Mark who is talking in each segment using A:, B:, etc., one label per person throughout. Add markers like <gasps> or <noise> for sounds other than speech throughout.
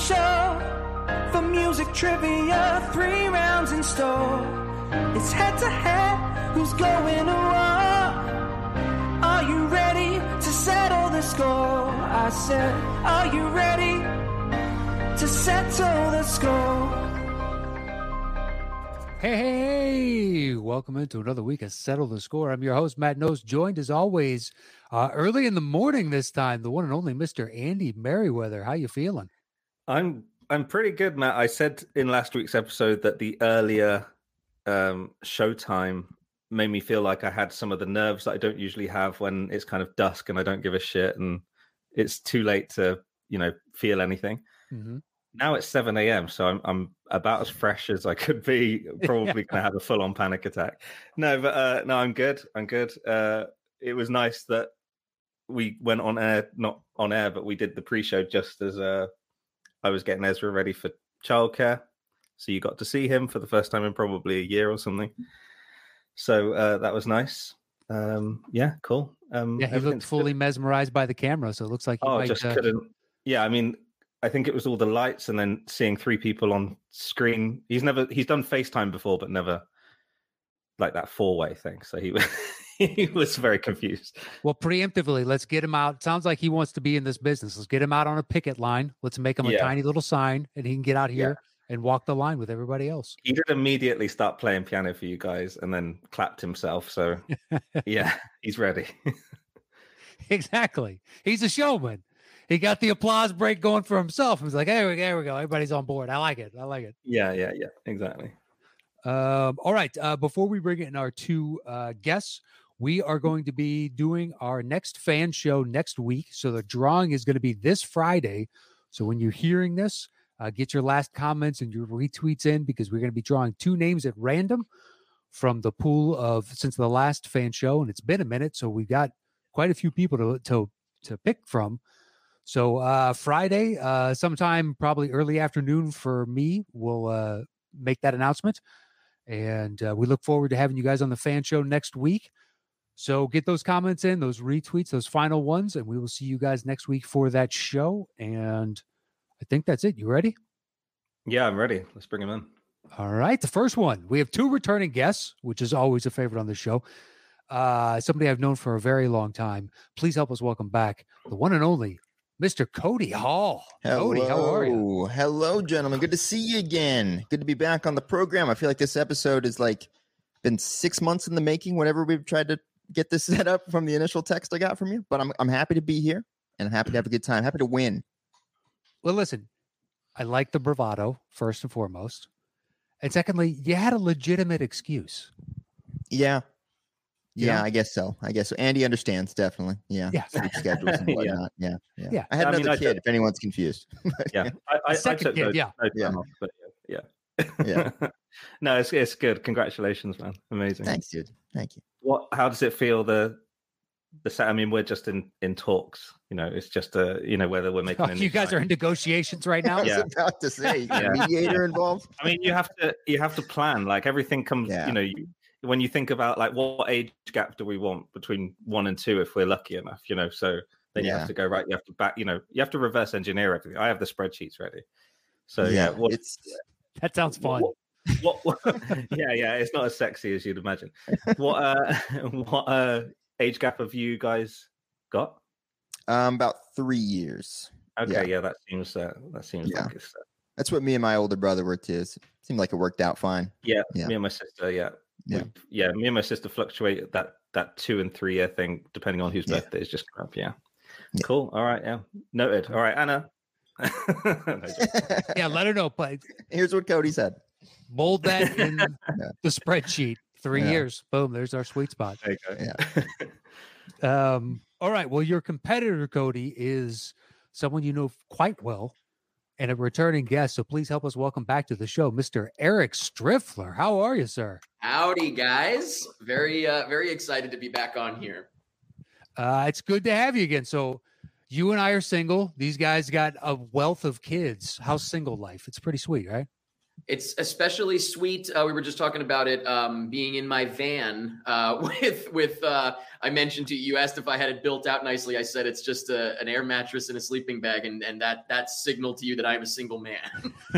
A: show for music trivia. Three rounds in store. It's head to head. Who's going to war? Are you ready to settle the score? I said, Are you ready to settle the score?
B: Hey, hey, hey, welcome into another week of Settle the Score. I'm your host, Matt Nose, joined as always uh, early in the morning this time, the one and only Mr. Andy Merriweather. How you feeling?
C: I'm I'm pretty good, Matt. I said in last week's episode that the earlier um, showtime made me feel like I had some of the nerves that I don't usually have when it's kind of dusk and I don't give a shit and it's too late to you know feel anything.
B: Mm-hmm.
C: Now it's seven a.m., so I'm I'm about as fresh as I
B: <laughs>
C: could be. Probably going to have a full on panic attack. No, but uh, no, I'm good. I'm good. Uh, it was nice that we went on air, not on air, but we did the pre-show just as uh, I was getting Ezra ready for childcare. So you got to see him for the first time in probably a year or something. So uh, that was nice. Um, yeah, cool. Um,
B: Yeah, he looked
C: everything's good.
B: fully mesmerized by the camera, so it looks like he
C: Oh,
B: might,
C: just
B: uh,
C: couldn't. Yeah, I mean, I think it was all the lights, and then seeing three people on screen. He's never he's done FaceTime before, but never like that four way thing. So he <laughs> was he was very confused.
B: Well, preemptively, let's get him out. Sounds like he wants to be in this business. Let's get him out on a picket line. Let's make him a
C: Yeah.
B: tiny little sign, and he can get out
C: Yeah.
B: here and walk the line with everybody else. <laughs>
C: He did immediately start playing piano for you guys, and then clapped
B: <laughs>
C: himself. So yeah, he's ready. <laughs>
B: Exactly. He's a showman. He got the applause break going for himself. He's like, there we go, there we go. Everybody's on board. I like it. I like it.
C: yeah, yeah, yeah, exactly.
B: Um, all right. Uh, before we bring in our two uh, guests, we are going to be doing our next fan show next week. So the drawing is going to be this Friday. So when you're hearing this, uh, get your last comments and your retweets in because we're going to be drawing two names at random from the pool of since the last fan show, and it's been a minute. So we got quite a few people to to to pick from. So uh Friday, uh sometime probably early afternoon for me, we'll uh make that announcement. And uh, we look forward to having you guys on the fan show next week. So get those comments in, those retweets, those final ones, and we will see you guys next week for that show. And I think that's it. You ready?
C: Yeah, I'm ready. Let's bring him in.
B: All right, the first one. We have two returning guests, which is always a favorite on the show. Uh, somebody I've known for a very long time. Please help us welcome back the one and only Mr. Cody Hall. Cody, how are you?
D: Hello. Hello, gentlemen. Good to see you again. Good to be back on the program. I feel like this episode is like been six months in the making. Whenever we've tried to get this <laughs> set up from the initial text I got from you, but I'm I'm happy to be here and I'm happy to have a good time. Happy to win.
B: Well, listen, I like the bravado first and foremost, and secondly, you had a legitimate excuse.
D: Yeah. Yeah,
B: Yeah.
D: I guess so. I guess so. Andy understands definitely. Yeah.
B: Yeah.
D: Sleep schedules
C: <laughs>
D: and
C: Yeah.
D: whatnot. Yeah. Yeah.
B: Yeah.
D: I had
C: I mean,
D: another
C: I
D: kid. If anyone's confused.
C: Yeah, I, I, I
B: second
C: took
B: kid,
C: no,
B: yeah.
C: no time
D: Yeah.
C: off, but yeah, yeah. <laughs> no, it's it's good. Congratulations, man. Amazing.
D: Thanks, dude. Thank you.
C: what how does it feel the the set i mean we're just in in talks you know it's just a you know
B: <laughs>
C: whether we're making
B: Oh,
C: a
B: you
C: new
B: guys are
C: sign.
B: in negotiations right
D: I
B: now.
D: was
C: Yeah.
D: about to say
C: <laughs> Yeah.
D: mediator involved.
C: i mean you have to you have to plan like everything comes
D: Yeah.
C: you know you, when you think about like what age gap do we want between one and two if we're lucky enough you know so then you
D: Yeah.
C: have to go right you have to back you know you have to reverse engineer everything i have the spreadsheets ready so yeah, what,
D: it's
B: That sounds fun.
C: What, what, <laughs>
D: <laughs>
C: what- yeah, yeah, it's not as sexy as you'd imagine. What uh <laughs> what uh age gap have you guys got?
D: um about three years.
C: Okay,
D: Yeah.
C: yeah, that seems uh, that seems
D: Yeah.
C: like it's uh,
D: That's what me and my older brother were too. It seemed like it worked out fine.
C: yeah,
D: Yeah.
C: Me and my sister, yeah,
D: Yeah.
C: We- yeah. Me and my sister fluctuate at that that two and three year thing depending on whose
D: Yeah.
C: birthday is. Just crap, yeah.
D: Yeah.
C: Cool. All right, yeah. Noted. All right,
D: <laughs>
C: Anna. <laughs> No, just-
B: Yeah, let her know. But
D: Here's what Cody said.
B: mold that in the spreadsheet. Three
D: Yeah.
B: years. Boom. There's our sweet spot.
C: there you go.
B: Um, all right. Well, your competitor, Cody, is someone you know f- quite well and a returning guest. So please help us welcome back to the show, Mr. Eric Striffler. How are you, sir?
E: Howdy, guys! Very, uh, very excited to be back on here.
B: Uh, it's good to have you again. So you and I are single. These guys got a wealth of kids. How's single life? It's pretty sweet, right?
E: It's especially sweet. Uh, we were just talking about it um, being in my van uh, <laughs> with with. Uh, I mentioned to you, you asked if I had it built out nicely. I said it's just a, an air mattress and a sleeping bag, and and that that signal to you that I am a single man. <laughs>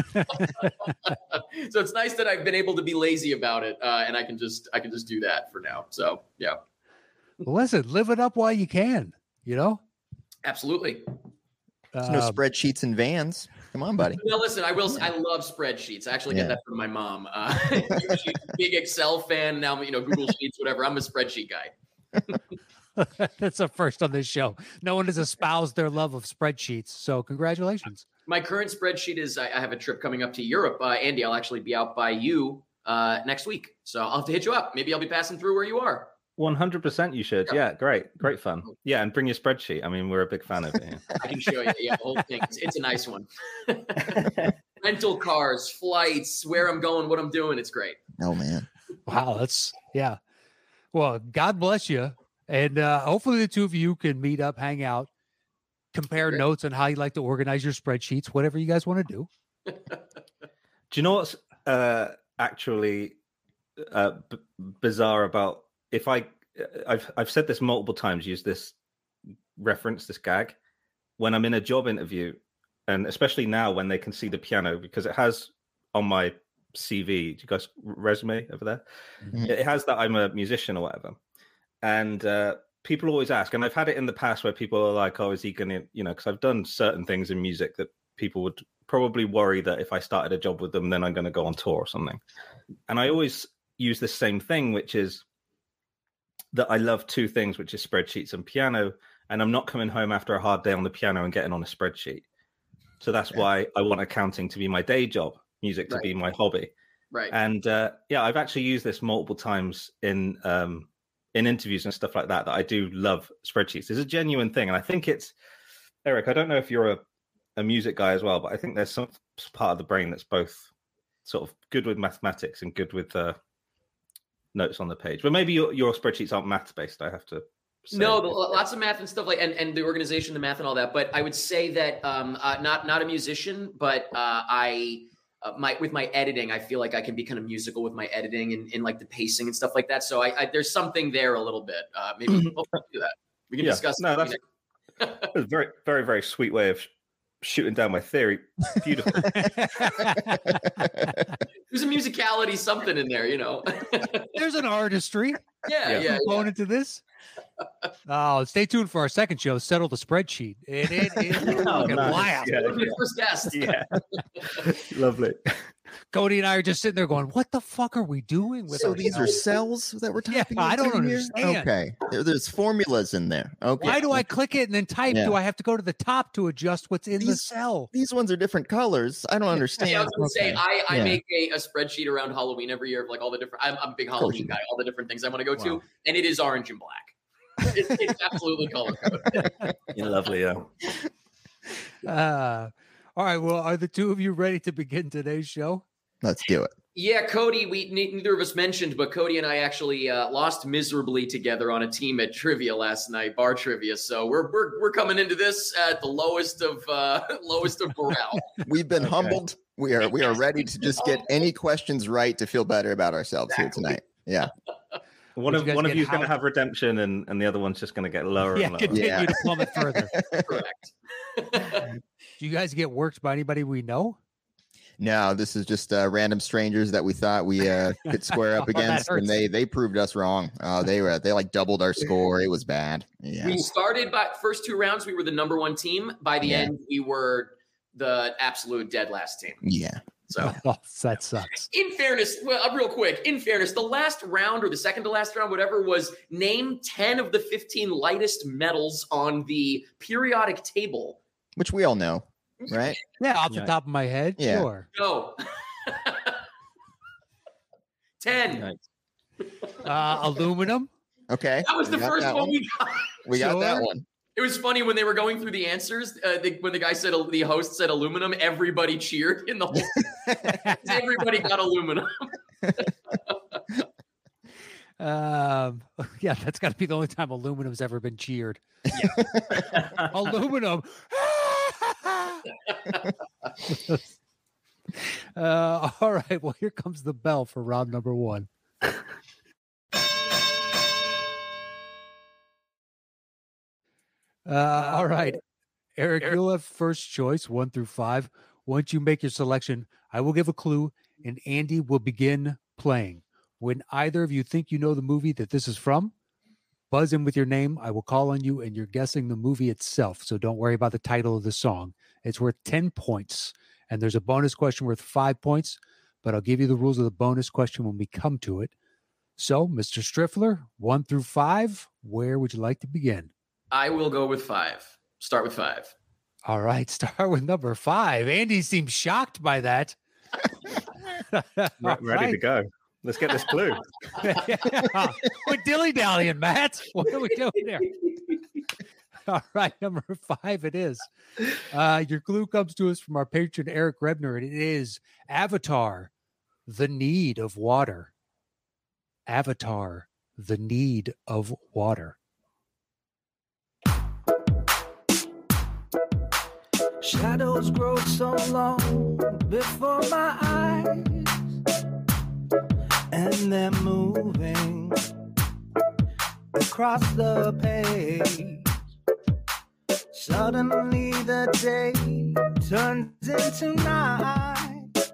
E: so it's nice that I've been able to be lazy about it, uh, and I can just I can just do that for now. So yeah,
B: Listen, live it up while you can. You know,
E: absolutely.
D: There's no
B: Um,
D: spreadsheets and vans. Come
B: <laughs>
D: on, buddy.
E: No, listen, I will. I love spreadsheets. I actually get
D: Yeah.
E: that from my mom. Uh, <laughs> she's a big Excel fan now. You know, Google Sheets, whatever. I'm a spreadsheet guy.
B: Um, <laughs> That's the first on this show. No one has espoused their love of spreadsheets. So congratulations.
E: My current spreadsheet is I, I have a trip coming up to Europe. Uh, Andy, I'll actually be out by you uh, next week, so I'll have to hit you up. Maybe I'll be passing through where you are.
C: One hundred percent, you should. Yeah, great, great fun. Yeah, and bring your spreadsheet. I mean, we're a big fan of it. Here.
E: I can show you. Yeah, the whole thing. It's, it's a nice one. <laughs> Rental cars, flights, where I'm going, what I'm doing. It's great.
D: Oh man.
B: Wow, that's yeah. Well, God bless you, and uh, hopefully the two of you can meet up, hang out, compare
E: Great.
B: notes on how you like to organize your spreadsheets, whatever you guys want to do.
C: Do you know what's uh, actually uh, b- bizarre about if I uh, I've I've said this multiple times, used this reference, this gag when I'm in a job interview, and especially now when they can see the piano because it has on my CV, do you guys resume over there?
D: Mhm.
C: It has that I'm a musician or whatever, and uh, people always ask, and I've had it in the past where people are like, "Oh, is he going to?" You know, because I've done certain things in music that people would probably worry that if I started a job with them, then I'm going to go on tour or something. And I always use the same thing, which is that I love two things, which is spreadsheets and piano. And I'm not coming home after a hard day on the piano and getting on a spreadsheet. So that's why I want accounting to be my day job, music to
E: Right.
C: be my hobby.
E: Right.
C: And uh, yeah, I've actually used this multiple times in um, in interviews and stuff like that. That I do love spreadsheets. It's a genuine thing, and I think it's Eric. I don't know if you're a a music guy as well, but I think there's some part of the brain that's both sort of good with mathematics and good with uh, notes on the page. But maybe your your spreadsheets aren't math based. I have to. Say.
E: No, the, lots of math and stuff like and, and the organization, the math and all that. But I would say that um, uh, not not a musician, but uh, I uh, my with my editing, I feel like I can be kind of musical with my editing and, and like the pacing and stuff like that. So I, I there's something there a little bit. Uh, maybe we'll do that. We
C: Mm-hmm.
E: can
C: Yeah.
E: discuss.
C: No, <laughs>
E: it.
C: that's- That was a very very very sweet way of sh- shooting down my theory. Beautiful.
E: there's a musicality, something in there, you know. <laughs>
B: There's an artistry
E: yeah,
C: Yeah.
E: yeah, yeah.
B: component to this. Oh, stay tuned for our second show, Settle the Spreadsheet. And it is a
C: <laughs> Oh,
B: fucking
C: <laughs> nice.
B: blast.
C: Yeah,
E: We're the First guest.
C: yeah. <laughs> Lovely.
B: Cody and I are just sitting there going, What the fuck are we doing with
D: So
B: our
D: these
B: show?
D: are cells that we're
B: Yeah,
D: talking
B: I
D: about
B: don't
D: here?
B: understand.
D: Okay. There- there's formulas in there. Okay.
B: Why do I click it and then type?
D: Yeah.
B: Do I have to go to the top to adjust what's in the
D: These-
B: cell?
D: These ones are different colors. I don't
B: <laughs>
D: understand.
E: Yeah, I was gonna say
D: Okay.
E: I, I
D: Yeah.
E: make a, a spreadsheet around Halloween every year of like all the different. I'm, I'm a big Halloween
D: you
E: guy. All the different things I want to go
B: Wow.
E: to, and it is orange and black. it's, it's
D: <laughs>
E: absolutely color coded.
C: Yeah, lovely. Yeah.
B: Uh, all right. Well, are the two of you ready to begin today's show?
D: Let's do it.
E: Yeah, Cody. We ne- neither of us mentioned, but Cody and I actually uh, lost miserably together on a team at trivia last night, bar trivia. So we're we're, we're coming into this at the lowest of uh, <laughs> lowest of morale.
D: We've been
C: Okay.
D: humbled. We are we are ready to just
B: <laughs>
D: get any questions right to feel better about ourselves here tonight. Yeah.
C: One
B: Would you
C: of
B: guys
C: one of
B: get
C: you's going to
B: howled?
C: have redemption, and, and the other one's just going to get lower
B: yeah,
C: and lower.
B: continue
D: Yeah.
B: to plummet further.
D: <laughs>
E: Correct.
B: Do you guys get worked by anybody we know?
D: No, this is just uh, random strangers that we thought we
E: <laughs>
D: uh, could square
B: Oh,
D: up
B: that
D: against,
B: hurts.
D: and they they proved us wrong. Uh, they were they like doubled our score. It was bad. Yeah,
E: We started by first two rounds. We were the number one team. By the
D: Yeah.
E: end, we were the absolute dead last team.
D: yeah.
E: So.
B: <laughs> Oh, that sucks.
E: In fairness, well, uh, real quick, in fairness, the last round or the second to last round, whatever, was name 10 of the 15 lightest metals on the periodic table.
D: Which we all know, right?
B: Yeah, off the
C: Yikes.
B: top of my head,
D: Yeah.
B: sure.
E: <laughs> No. 10.
C: Yikes.
B: Uh, aluminum.
D: Okay.
E: That was
D: we
E: the
D: got
E: first
D: that
E: one we got.
D: We got that
B: Sure.
E: <laughs>
D: one. <laughs>
E: It was funny when they were going through the answers. Uh, the, when the guy said, the host said aluminum, everybody cheered in the whole.
D: <laughs>
E: everybody got aluminum.
B: Um, <laughs> yeah, that's got to be the only time aluminum's ever been cheered. <laughs> aluminum. Uh, all right. Well, here comes the bell for round number one. Uh, all right. Eric,
F: Eric-
B: you'll have first choice, one through five. Once you make your selection, I will give a clue and Andy will begin playing. When either of you think you know the movie that this is from, buzz in with your name. I will call on you and you're guessing the movie itself. So don't worry about the title of the song. It's worth 10 points. And there's a bonus question worth five points, but I'll give you the rules of the bonus question when we come to it. So, Mr. Striffler, one through five, where would you like to begin?
E: I will go with five. Start with five.
B: All right, <laughs> start with number five. Andy seems shocked by
C: <laughs>
B: that.
C: Re- ready to go. Let's get this <laughs> clue.
B: yeah. <laughs> We're dilly dallying, Matt. What are we doing here? <laughs> All right, number five it is. Uh, your clue comes to us from our patron Eric Rebner, and it is Avatar, the need of water. Avatar, the need of water.
A: Shadows grow so long before my eyes, and they're moving across the page. Suddenly, the day turns into night,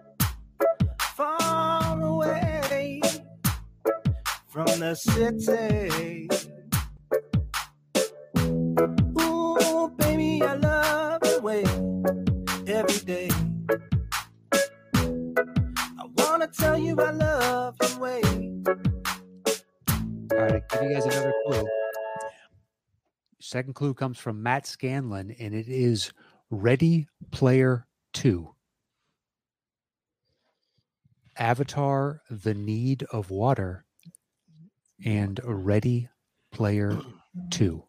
A: far away from the city. Ooh, baby, I love the way every day. I wanna tell you I love the way.
B: All right, I'll give you guys another clue. Second clue comes from Matt Scanlon, and it is Ready Player Two. Avatar, The Need of Water, and Ready Player Two.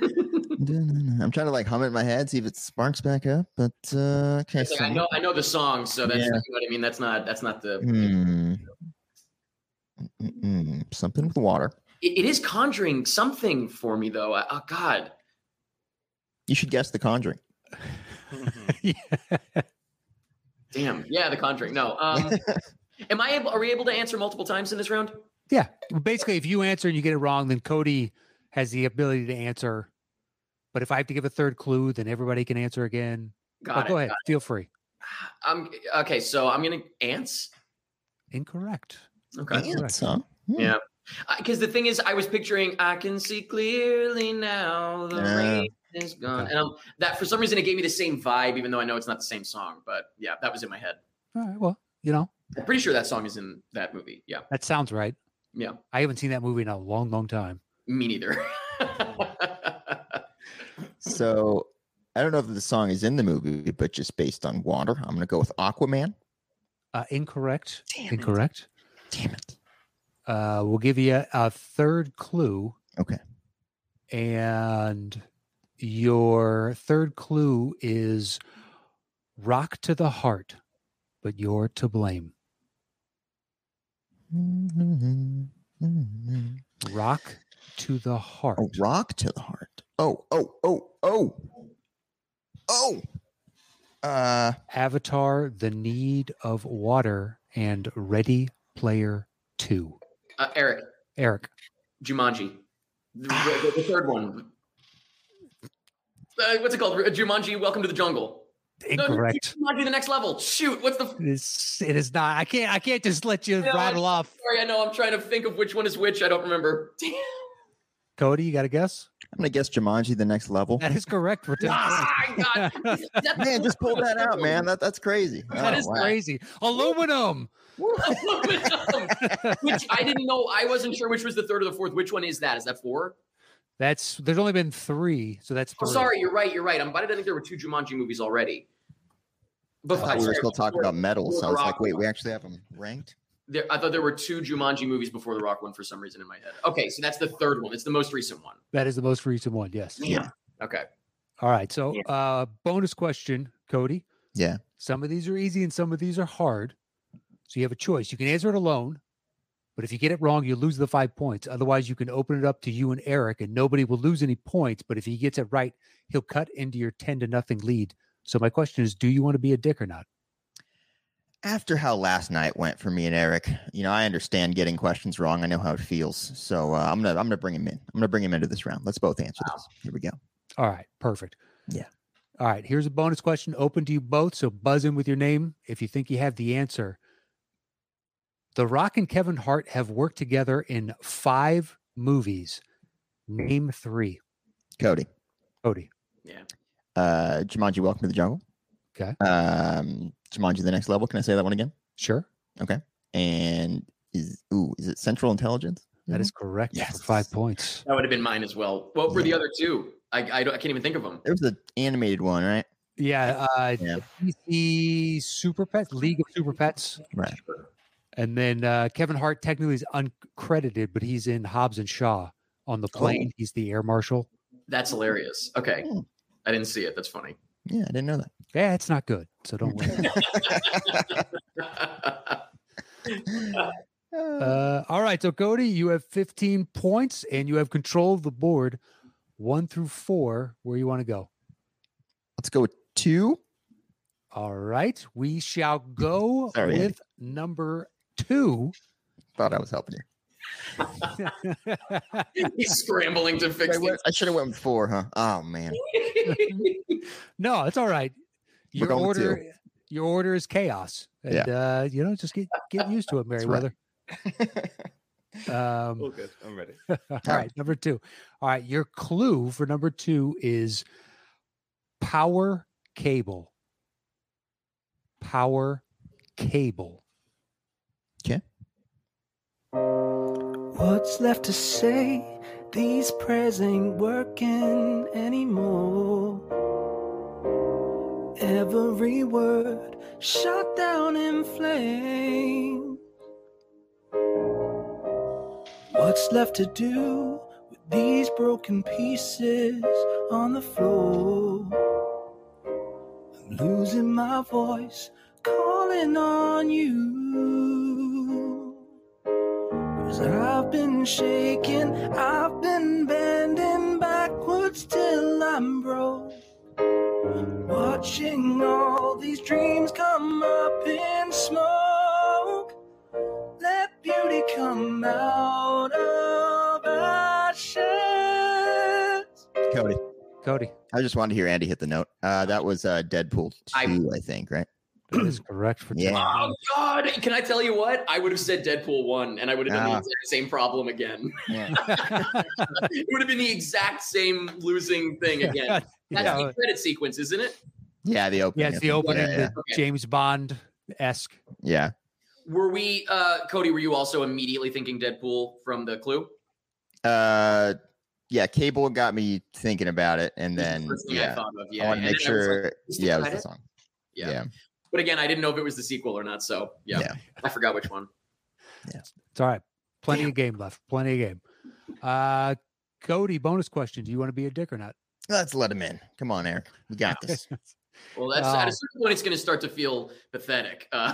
D: I'm trying to like hum it in my head, see if it sparks back up. But uh, okay,
E: It's like, I
D: so-
E: know I know the song, so that's
D: Yeah.
E: you know what I mean. That's not that's not the.
D: Hmm. Mm-mm-mm. something with water.
E: It, it is conjuring something for me though. I, oh God,
D: You should guess The Conjuring.
E: damn. Yeah, the conjuring. No.
B: <laughs>
E: Um, am I able? Are we able to answer multiple times in this round?
B: Yeah, basically, if you answer and you get it wrong, then Cody has the ability to answer. But if I have to give a third clue, then everybody can answer again.
E: Got
B: but
E: it. Uh,
B: go ahead, feel free.
E: I'm okay. So I'm gonna ants.
B: Incorrect.
E: Okay.
B: correct.
D: Ants, huh? Hmm.
E: Yeah. Because the thing is, I was picturing I can see clearly now the
D: Yeah.
E: rain is gone,
B: Okay.
E: and um, that for some reason it gave me the same vibe, even though I know it's not the same song. But yeah, that was in my head.
B: All right, well, you know,
E: I'm pretty sure that song is in that movie. Yeah,
B: that sounds right.
E: yeah.
B: I haven't seen that movie in a long, long time.
E: Me neither. <laughs> Uh,
D: So I don't know if the song is in the movie, but just based on water, I'm gonna go with Aquaman.
B: Uh, incorrect.
D: Damn it.
B: incorrect.
D: Damn it.
B: Uh, we'll give you a third clue.
D: Okay.
B: And your third clue is rock to the heart, but you're to blame.
D: A
B: Rock to the heart.
D: Oh, rock to the heart. Oh, oh, oh, oh. Oh. Uh
B: Avatar, the need of water, and Ready Player Two.
E: uh, Eric
B: Eric,
E: Jumanji, the, the- the third one. Uh, what's it called? Jumanji, Welcome to the Jungle. No, no,
B: incorrect.
E: Jumanji, the next level. Shoot, what's the? f-
B: It is, it is not. I can't. I can't just let you
E: No,
B: rattle off.
E: Sorry, I know I'm trying to think of which one is which. I don't remember. <laughs> Damn.
B: Cody, you got a guess?
D: I'm gonna guess Jumanji the next level.
B: That is correct. For 10 points.
E: Ah, God. That's-
D: <laughs> Man, just pulled that out, man. That, that's crazy.
E: That
D: Oh,
E: is
D: wow.
B: Crazy. Aluminum.
E: <laughs> which I didn't know. I wasn't sure which was the third or the fourth. Which one is that? Is that four?
B: That's there's only been three, so that's
E: Oh,
B: three.
E: sorry, you're right. You're right. I'm, but I didn't think there were two Jumanji movies already. But
D: I thought we were still talking about metal, so I was like, wait, we actually have them ranked?
E: There, I thought there were two Jumanji movies before the Rock one for some reason in my head. Okay, so that's the third one. It's the most recent one.
B: That is the most recent one. Yes.
E: Yeah. Okay.
B: All right. So, uh, bonus question, Cody.
D: Yeah.
B: Some of these are easy and some of these are hard. So you have a choice. You can answer it alone, But if you get it wrong, you lose the five points. Otherwise, you can open it up to you and Eric, and nobody will lose any points. But if he gets it right, he'll cut into your 10 to nothing lead. So my question is, do you want to be a dick or not?
D: After how last night went for me and Eric, you know, I understand getting questions wrong. I know how it feels. So uh, I'm gonna I'm gonna bring him in. I'm gonna bring him into this round. Let's both answer this. Here we go.
B: All right, perfect.
D: Yeah.
B: All right, here's a bonus question open to you both. So buzz in with your name if you think you have the answer. The Rock and Kevin Hart have worked together in five movies.
D: Hmm.
B: Name three.
D: Cody.
B: Cody.
D: Uh Jumanji, welcome to the jungle.
B: Okay.
D: Um Jumanji the next level. Can I say that one again?
B: Sure.
D: And is ooh, is it central intelligence?
B: That is correct. For
D: Mm-hmm. Yes.
B: five points.
E: That would have been mine as well. What were the other two? I I, don't, I can't even think of them.
D: There was an animated one, right?
B: Yeah. Uh,
D: Yeah.
B: DC Super Pets, League of Super Pets.
D: Right.
B: And then uh, Kevin Hart technically is uncredited, but he's in Hobbs and Shaw on
D: Oh.
B: the plane. He's the air marshal.
E: That's hilarious. Okay,
D: Hmm.
E: I didn't see it. That's funny. <laughs>
D: Yeah, I didn't know that.
B: Yeah, it's not good. So don't worry.
D: <laughs>
B: Uh, all right, so Cody, you have 15 points and you have control of the board, one through four. Where you want to go?
D: Let's go with two.
B: All right, we shall go
D: <laughs> Sorry, Andy.
B: with number two. <laughs>
D: Thought I was helping you.
E: He's scrambling to fix
D: I, went- I should have went with four, huh? Oh man.
E: it. <laughs>
B: no, it's all right.
D: We're
B: Your
D: going with
B: order, your order is chaos, and
D: Yeah.
B: uh, you know, just get get used to it, Meriwether.
D: <laughs>
B: Um,
C: All good. I'm ready.
B: All right, number two. All right, your clue for number two is power cable. Power cable.
A: What's left to say? These prayers ain't working anymore. Every word shot down in flame. What's left to do with these broken pieces on the floor? I'm losing my voice, calling on you. Cause I've been shaking, I've been bending backwards till I'm broke. Watching all these dreams come up in smoke. Let beauty come out of ashes.
D: Cody.
B: Cody,
D: I just wanted to hear Andy hit the note. Uh, that was uh, Deadpool
E: I-
D: two, I, think, right?
B: that
D: <clears throat>
B: is correct for two.
D: Yeah.
B: <laughs>
E: Oh God! Can I tell you what? I would have said Deadpool one, and I would have done
D: Ah.
E: the exact same problem again. <laughs>
B: <laughs>
D: Yeah.
E: it would have been the exact same losing
B: <laughs>
E: thing
D: <laughs>
E: again. That's
B: yeah,
E: the credit sequence, isn't it?
D: yeah, the opening.
B: yeah, it's the opening,
D: Yeah, yeah.
B: the James Bond esque.
D: yeah.
E: Were we, uh, Cody? Were you also immediately thinking Deadpool from the clue?
D: Uh, yeah, Cable got me thinking about it, and
E: It was the
D: then
E: first thing I
D: yeah,
E: thought of.
D: I,
E: Yeah,
D: want to
E: And
D: make
E: then I was like,
D: sure.
E: "Is the
D: yeah, it was the
E: credit?"
D: song.
E: yeah.
D: Yeah,
E: But again, I didn't know if it was the sequel or not. So yeah,
D: Yeah.
E: I forgot which one.
B: It's all right. Plenty of game left. Plenty of game. Uh, Cody, bonus question: Do you want to be a dick or not?
D: let's let him in. Come on, Eric,
B: <laughs>
D: we got this. <laughs>
E: Well, that's at
B: Oh.
E: a certain point, it's going to start to feel pathetic. Uh,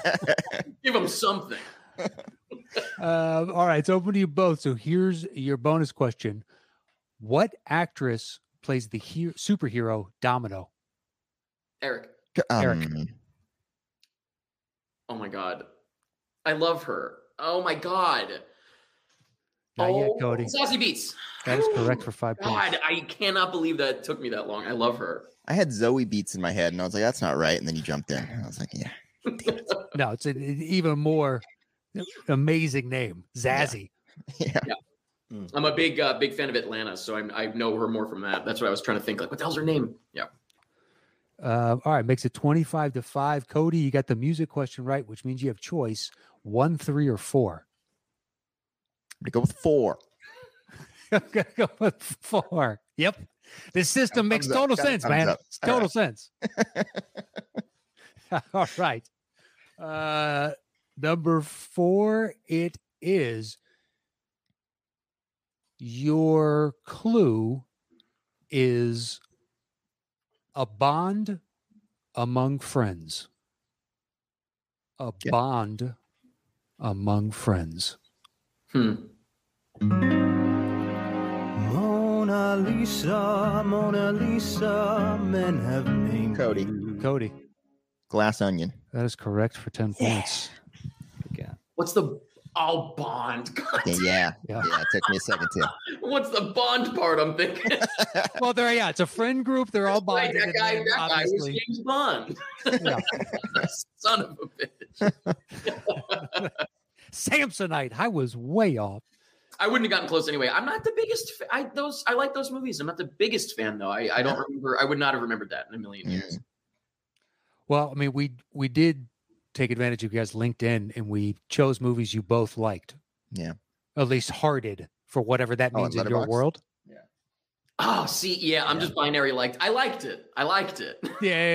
E: <laughs> give them something.
B: Uh, all right, it's open to you both. So here's your bonus question: What actress plays the he- superhero Domino?
E: Eric.
B: Eric.
D: Um,
E: Oh my god, I love her. Oh my god.
B: Not
E: oh,
B: yet, Cody.
E: Sassy Beats.
B: That is correct for
E: <gasps>
B: five points.
E: God, I cannot believe that took me that long. I love her.
D: I had Zoe beats in my head, and I was like, "That's not right." And then you jumped in. I was like, "Yeah,
B: No, it's an an even more amazing name, Zazzy.
D: yeah."
E: I'm a big, uh, big fan of Atlanta, so I'm, I know her more from that. That's what I was trying to think. Like, what the hell's her name? Yeah.
B: Uh, all right, makes it twenty-five to five. Cody, you got the music question right, which means you have choice one, three, or four.
D: To go with four.
B: <laughs> I'm gonna go with four. Yep. This system makes
D: thumbs up,
B: total
D: got a
B: sense,
D: thumbs
B: man.
D: up.
B: It's
D: All
B: total
D: right.
B: sense. <laughs> All right. Uh number four, it is your clue is a bond among friends. A
D: Yeah.
B: bond among friends.
E: Hmm.
A: Mona Lisa, Mona Lisa, men have named
D: Cody.
E: Mm.
A: you.
B: Cody,
D: Glass
E: <laughs>
D: onion.
B: that is correct for 10 points.
E: What's the oh Bond? God,
D: Yeah, yeah,
B: Yeah.
D: yeah. It took me a second too.
E: what's the Bond part? I'm thinking.
B: Well, there, yeah, it's a friend group. They're all
E: Like,
B: bonded.
E: that
B: in
E: guy,
B: name,
E: that guy was
B: obviously.
E: James Bond.
B: Yeah.
E: <laughs> Son of a bitch.
B: Samsonite. I was way off.
E: I wouldn't have gotten close anyway. I'm not the biggest. Fa- I those I like those movies. I'm not the biggest fan though. I, I don't remember. I would not have remembered that in a million years.
D: Mm.
B: Well, I mean, we we did take advantage of you guys' LinkedIn, and we chose movies you both liked.
D: Yeah.
B: At least hearted for whatever that
D: Oh,
B: means in your
D: Letterboxd?
B: world.
E: Oh, see, yeah, I'm
D: Yeah.
E: just binary. Liked. I liked it. I liked it. <laughs>
B: Yeah, yeah,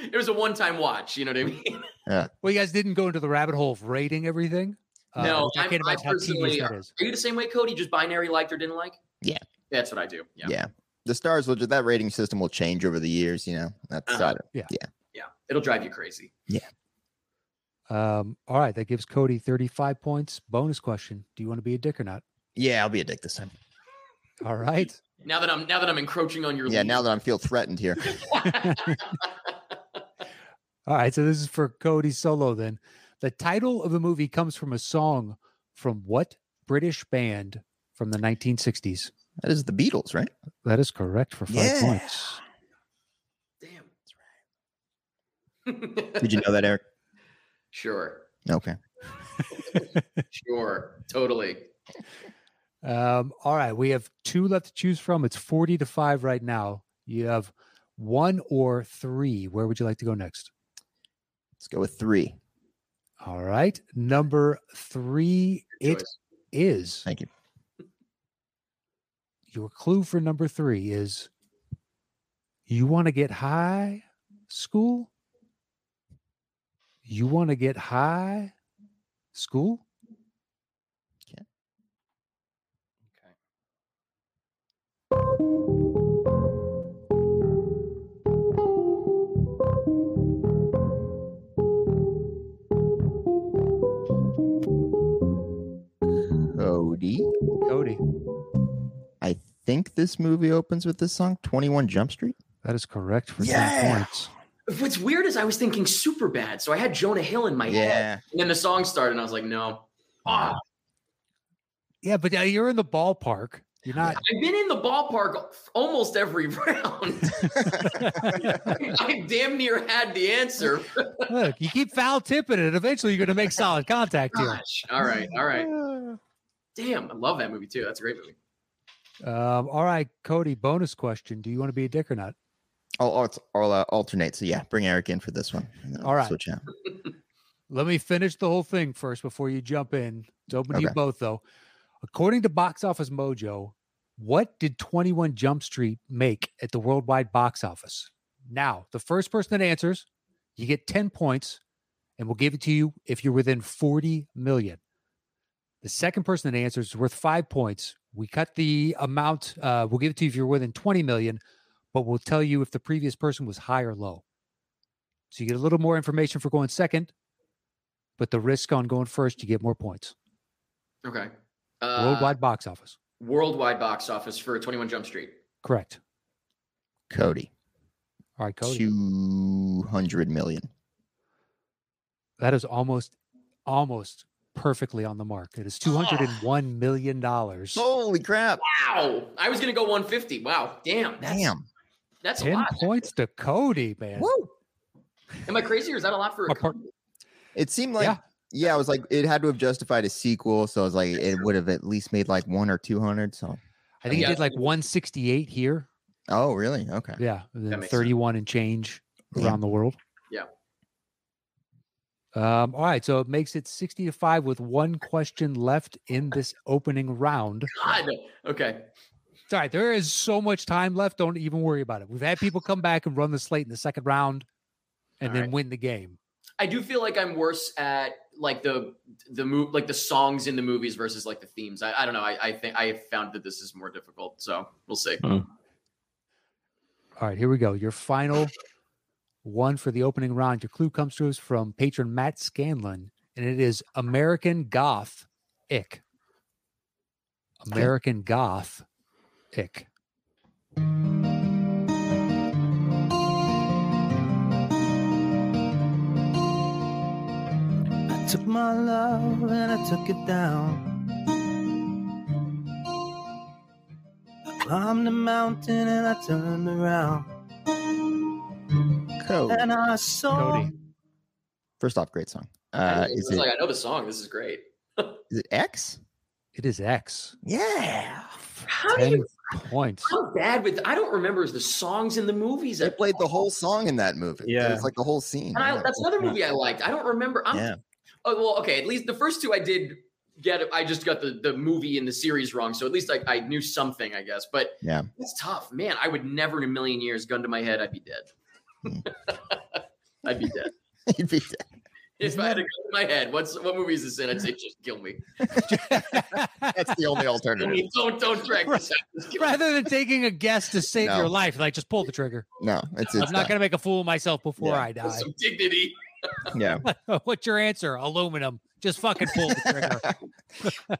B: yeah.
E: it was a one time watch. You know what I mean? <laughs>
B: Well, you guys didn't go into the rabbit hole of rating everything. Uh,
E: No,
B: which I
E: I'm-
B: can't
E: I
B: imagine how tedious
E: personally
B: that is.
E: Are you the same way, Cody? Just binary liked or didn't like?
D: Yeah.
E: that's what I do. Yeah,
D: Yeah. The stars will ju- that rating system will change over the years. You know, that's
E: Uh-huh.
D: uh
E: yeah. It'll drive you crazy.
B: Um, all right, that gives Cody 35 points. Bonus question: Do you want to be a dick or not?
D: yeah. I'll be a dick this time.
B: All right.
E: Now that I'm now that I'm encroaching on your
D: Yeah.
E: lead. <laughs>
D: Now that I am feel threatened here,
B: All right, so this is for Cody Solo then. The title of the movie comes from a song from what British band from the 1960s?
D: that is the Beatles, right?
B: That is correct for five
D: Yeah.
B: points.
E: damn.
D: Did you know that, Eric?
E: sure,
D: Okay.
E: sure, totally.
B: Um, all right, we have two left to choose from. It's 40 to five right now. You have one or three. Where would you like to go next?
D: Let's go with three.
B: All right, number three,
E: Good
B: it is.
D: Thank you.
B: Your clue for number three is you want to get high school? You want to get high school?
D: Cody.
B: Cody,
D: I think this movie opens with this song, 21 Jump Street.
B: that is correct for
D: Yeah.
B: 10 points.
E: What's weird is I was thinking super bad, so I had Jonah Hill in my head, and then the song started, and I was like, no. Ah,
B: Yeah, but uh, you're in the ballpark. You're
D: <laughs>
B: not.
E: I've been in the ballpark almost
B: <laughs>
E: every <laughs> round. I damn near had the answer.
B: Look, you keep foul tipping it. Eventually, you're
D: <laughs>
B: going to make solid contact here.
E: Gosh, all right, all right. Damn, I love that movie too. That's a great movie.
B: Um, all right, Cody, bonus question. Do you want to be a dick or not?
D: I'll, alt- I'll, uh, alternate. So, yeah, bring Eric in for this one. and then I'll
B: All right.
D: Switch out.
B: Let me finish the whole thing first before you jump in. It's open to you
D: Okay.
B: both, though. According to Box Office Mojo, what did 21 Jump Street make at the worldwide box office? Now, the first person that answers, you get 10 points, and we'll give it to you if you're within 40 million. The second person that answers is worth five points. We cut the amount, uh, we'll give it to you if you're within 20 million, but we'll tell you if the previous person was high or low. So you get a little more information for going second but the risk on going first, you get more points.
E: Okay. Uh,
B: Worldwide box office.
E: worldwide box office for 21 Jump Street.
B: Correct.
D: Cody,
B: All right, Cody.
D: 200 million.
B: That is almost, almost perfectly on the mark. It is two hundred
E: Ah.
B: and one million dollars.
E: Oh,
D: Holy crap.
E: Wow. I was gonna go 150. Wow. Damn. That's
D: Damn.
E: that's a
B: Ten
E: lot.
B: points to Cody, man.
D: Woo.
E: Am I crazy or is that a lot for a
B: Apart-
E: company?
D: It seemed like,
B: Yeah.
D: yeah. I was like, it had to have justified a sequel. So, I was like, it would have at least made like one or 200. So,
B: I think
E: Yeah.
B: he did like one sixty eight here.
D: oh, really? Okay.
B: Yeah, and then
E: That makes sense.
B: thirty one and change
D: Yeah.
B: around the world.
E: Yeah.
B: Um, all right, so it makes it sixty to five with one question left in this opening round.
E: God. Okay.
B: It's all right. There is so much time left. Don't even worry about it. We've had people come back and run the slate in the second round and
E: All
B: then
E: right.
B: win the game.
E: I do feel like I'm worse at like the the move like the songs in the movies versus like the themes. I, I don't know. I, I think I have found that this is more difficult. So we'll see.
D: Uh,
B: All right, here we go. Your final one for the opening round. Your clue comes to us from patron Matt Scanlon. and it is American Goth Ick. American Goth Ick.
A: I took my love and I took it down. I climbed the mountain and I turned around.
D: Code.
A: And I saw
B: Cody.
D: First off, great song.
E: I
D: Uh,
E: was
D: is, it,
E: like, I know the song. This is great.
D: is it X?
B: It is X.
D: Yeah.
E: How do
B: Ten
E: you? <laughs>
B: points. <laughs>
E: I'm bad with. I don't remember the songs in the movies.
D: They
E: I
D: played the whole song in that movie.
C: Yeah.
D: It's like the whole scene.
E: And I, that's another movie I liked. I don't remember. I'm,
D: Yeah.
E: Oh well, okay. At least the first two I did get. I just got the the movie and the series wrong, so at least I, I knew something, I guess. But
D: Yeah.
E: it's tough, man. I would never in a million years, gun to my head, I'd be dead. <laughs> I'd be dead
D: <laughs> It'd be dead.
E: if I had a gun to my head. What's what movie is this in? I'd say just kill me.
D: that's the only
E: I
D: alternative.
E: mean, <laughs> don't don't drag this out. Just kill me.
B: Rather than taking a guess to save
D: No.
B: your life, like just pull the trigger.
D: No, it's, it's
B: I'm not going to make a fool of myself before
D: Yeah.
B: I
E: With
B: die.
E: some dignity. <laughs>
D: gonna. Yeah.
B: <laughs> What's your answer? Aluminum. Just fucking pull the
E: <laughs>
B: trigger.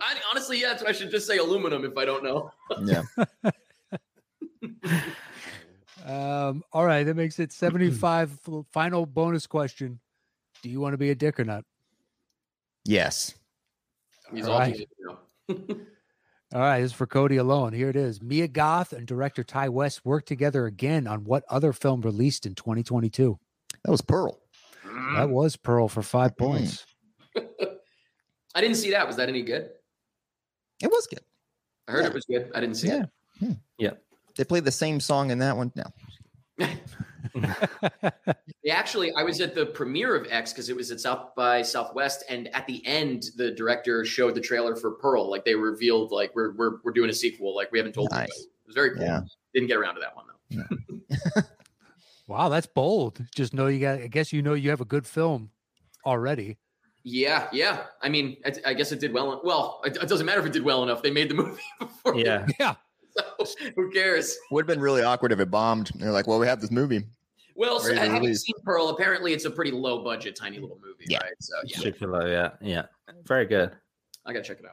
E: I, honestly, yeah, that's what I should just say aluminum if I don't know.
D: Yeah.
B: Um, all right, that
E: <clears throat>
B: makes it 75. F- Final bonus question. Do you want to be a dick or not?
D: Yes.
E: He's
B: All
E: all
B: right.
E: people, you know.
B: All right, this is for Cody alone. Here it is. Mia Goth and director Ty West worked together again on what other film released in 2022?
D: That was Pearl.
E: Mm.
B: That was Pearl for five points.
E: I didn't see that. Was that any good?
D: It was good.
E: I heard
D: Yeah.
E: it was good. I didn't see
D: Yeah.
E: it.
D: They played the same song in that one. No.
E: Yeah, Actually, I was at the premiere of X because it was at South by Southwest, and at the end, the director showed the trailer for Pearl. Like they revealed, like we're we're, we're doing a sequel. Like we haven't told.
D: Nice.
E: anybody. It was very cool.
D: Yeah.
E: Didn't get around to that one though.
B: wow, that's bold. Just know you got, I guess you know you have a good film already.
E: Yeah, yeah. I mean, I, I guess it did well. Well, it, it doesn't matter if it did well enough. They made the <laughs> movie before.
C: Yeah.
B: <laughs> Yeah.
E: so who cares?
D: Would have been really awkward if it bombed. They're like, well, we have this movie.
E: Well, so,
D: Ready to
E: having
D: release.
E: seen Pearl, apparently it's a pretty low budget, tiny little movie,
D: Yeah.
E: right? So yeah,
C: Super low. Yeah. Yeah. Very good.
E: I gotta check it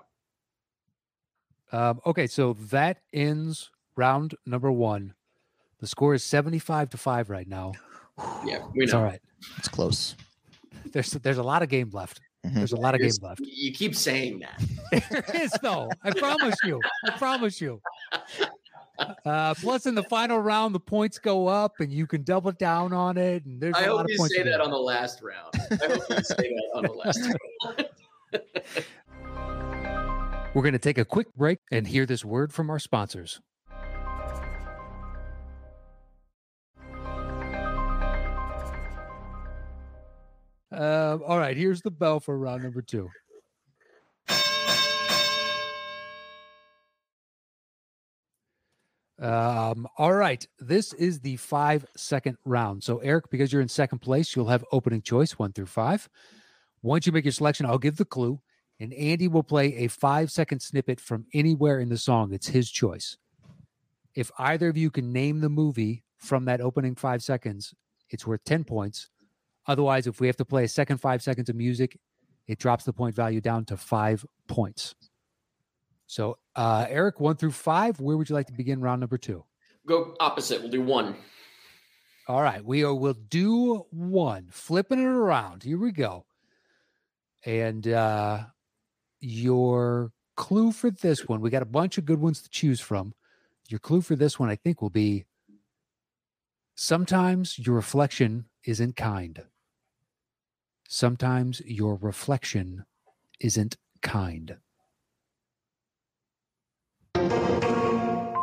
E: out.
B: Um, okay, so that ends round number one. The score is 75 to five right now.
E: Yeah, we
B: It's all
E: know.
B: right.
D: It's close.
B: There's there's a lot of game left.
D: Mhm.
B: There's a lot of game
E: There's-
B: left.
E: You keep saying that.
B: <laughs> There is though. I promise you. I promise you. Uh, plus, in the final round, the points go up, and you can double down on it. And there's a
E: I
B: lot
E: hope
B: of
E: you
B: points.
E: say
B: to
E: that
B: get.
E: on the last round. I hope you say that on the last
B: <laughs>
E: round.
B: We're going to take a quick break and hear this word from our sponsors. Uh, all right, here's the bell for round number two. Um, all right, this is the five second round. So, Eric, because you're in second place, you'll have opening choice one through five. Once you make your selection, I'll give the clue and Andy will play a five second snippet from anywhere in the song. It's his choice. If either of you can name the movie from that opening five seconds, it's worth 10 points. Otherwise, if we have to play a second five seconds of music, it drops the point value down to five points. So, uh, Eric, one through five, where would you like to begin round number two?
E: Go opposite. We'll do one.
B: All right, we are, will do one, flipping it around. Here we go. And uh, your clue for this one, we got a bunch of good ones to choose from. Your clue for this one, I think, will be sometimes your reflection isn't kind. Sometimes your reflection isn't kind.
E: Uh,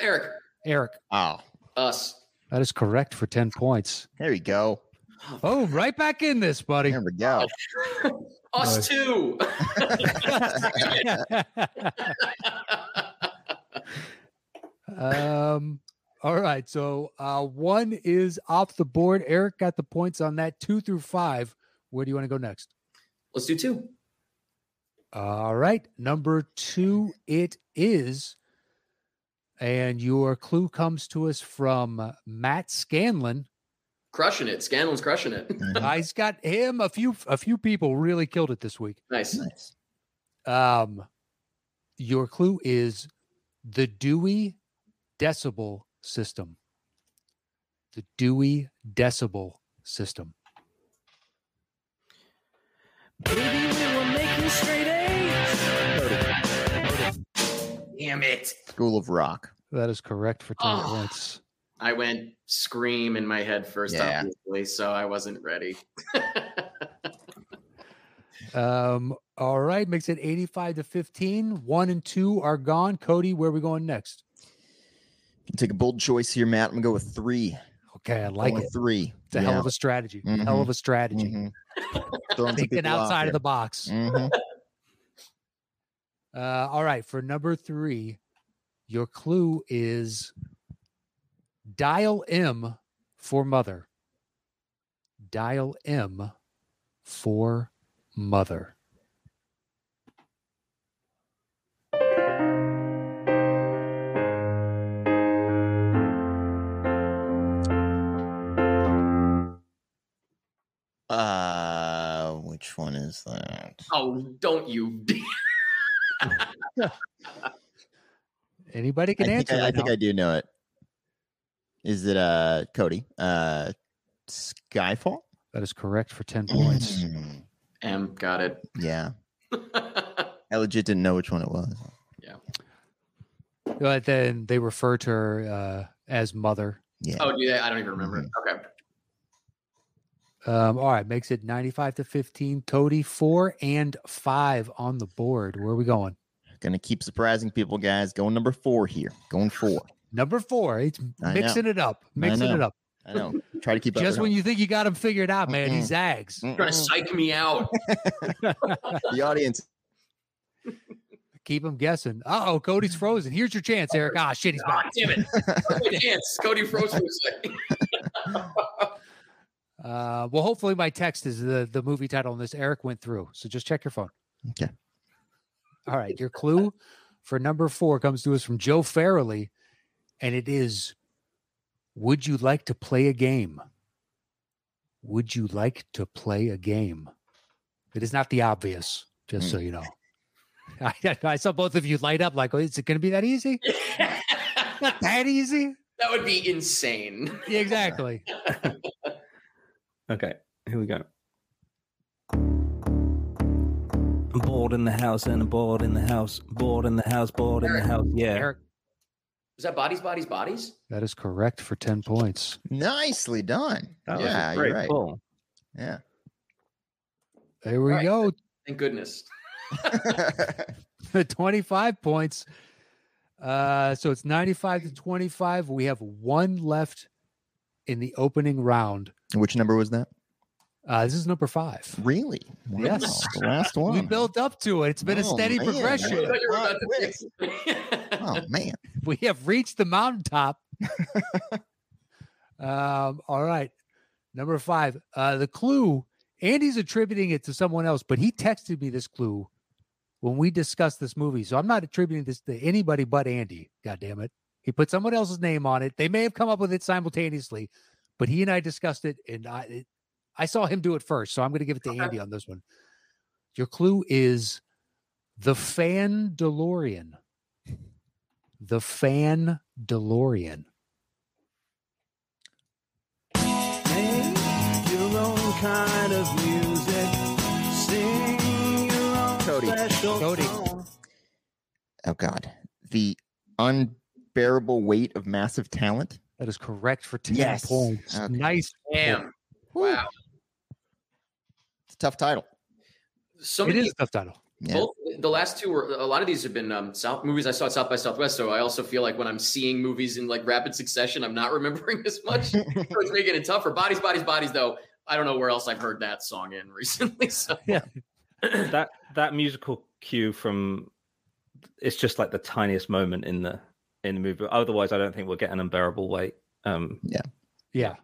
E: Eric,
B: Eric,
D: Oh,
E: us.
B: that is correct for 10 points.
D: there we go.
B: Oh, right back in this, buddy.
D: There we go.
E: Us too.
B: um all right so uh one is off the board eric got the points on that two through five where do you want to go next
E: Let's do two.
B: all right number two it is and your clue comes to us from uh, matt scanlon
E: Crushing it. Scanlon's crushing it.
D: Uh-huh.
B: I's got him. A few a few people really killed it this week.
E: nice.
D: Nice.
B: Um, your clue is the Dewey Decibel System. The Dewey Decibel System.
A: Baby, we were making straight A's.
E: Damn it.
D: School of Rock.
B: That is correct for Tom
E: Oh.
B: Wentz.
E: I went scream in my head first,
D: Yeah.
E: obviously, so I wasn't ready.
B: Um, all right, makes it 85 to 15. One and two are gone. Cody, where are we going next?
D: Take a bold choice here, Matt. I'm gonna go with three.
B: Okay, I like
D: Going Mm-hmm.
B: it.
D: Three.
B: It's a hell of a strategy. Hell of a strategy. <laughs> Thinking outside of the box.
D: hmm
B: Uh, all right, for number three, your clue is dial M for mother. Dial M for mother.
D: Uh, which one is that?
E: Oh, don't you?
B: Anybody can
D: I think
B: answer.
D: I, I
B: right
D: think
B: now.
D: I do know it. Is it uh Cody? Uh, Skyfall.
B: that is correct for 10 points.
D: <clears throat> Mm,
E: M, got it. <laughs>
D: yeah, I legit didn't know which one it was.
B: but then they refer to her uh, as mother.
D: Yeah.
E: oh, do they? I don't even remember.
B: Mm-hmm.
E: Okay.
B: Um, all right, makes it 95 to 15. Cody, four and five on the board. Where are we going?
D: Gonna keep surprising people, guys. Going number four here. Going four.
B: Number four. It's
D: I know.
B: mixing it up, mixing it
D: know.
B: up.
D: I know. Try to keep up.
B: Just when you think you got him figured out, man, he
D: Mm-mm.
B: zags.
E: Trying to psych
B: <laughs>
E: me out.
D: the audience.
B: Keep him guessing. Uh oh, Cody's frozen. Here's your chance, Eric. Ah, shit, he's
E: God
B: back.
E: damn it. That's my chance. Cody froze for a second.
B: Uh, well, hopefully my text is the the movie title on this. Eric went through, so just check your phone.
D: Okay.
B: All right, your clue for number four comes to us from Joe Farrelly, and it is: Would you like to play a game? Would you like to play a game? It is not the obvious, just so you know. <laughs> I, I saw both of you light up like, oh, is it going to be that easy? Not that easy.
E: <laughs> that would be insane.
B: Yeah, Exactly.
C: Okay, here <clears throat> we go.
F: I'm bored in the house and I'm bored in the house. Bored in the house, bored in the house. Yeah.
B: Eric,
E: Is that bodies, bodies, bodies?
B: that is correct for 10 points.
D: Nicely done.
C: That was a
D: yeah,
C: great
D: you're right.
C: pull.
D: Yeah. <laughs>
B: There we
E: All right.
B: go. <laughs>
E: Thank goodness.
B: the 25 points. Uh, so it's 95 to 25. We have one left in the opening round.
D: which number was that?
B: Uh, this is number five.
D: Really? Wow,
B: Yes.
D: The last one.
B: We built up to it. It's been a
D: Oh,
B: steady
D: man.
E: I
B: progression.
E: thought you were
D: Wow,
E: about to
D: quick.
B: <laughs>
D: Oh man.
B: We have reached the mountaintop. <laughs> um, all right. Number five. Uh, the clue, Andy's attributing it to someone else, but he texted me this clue when we discussed this movie. So I'm not attributing this to anybody but Andy. God damn it. He put someone else's name on it. They may have come up with it simultaneously, but he and I discussed it, and I it, I saw him do it first. So I'm going to give it to
E: Okay.
B: Andy on this one. Your clue is the Fan DeLorean. The Fan DeLorean.
A: Make your own kind of music. Sing your own
D: Cody.
A: special
B: Cody.
A: song.
D: Oh god. The unbearable weight of massive talent.
B: That is correct for 10
D: Yes.
B: points.
D: Okay.
B: Nice.
E: Damn.
D: Whew,
E: Wow.
D: It's a tough title.
E: So
B: It
E: many
B: is a tough title.
D: Yeah.
E: Both the last two were a lot of these have been um, South movies I saw at South by Southwest. So I also feel like when I'm seeing movies in like rapid succession, I'm not <laughs> remembering as
B: <laughs>
E: much. so it's making it tougher. Bodies, bodies, bodies. Though I don't know where else I've heard that song in <laughs> recently. So
C: That that musical cue from it's just like the tiniest moment in the in the movie. Otherwise, I don't think we'll get an unbearable weight. Um,
B: Yeah.
C: On the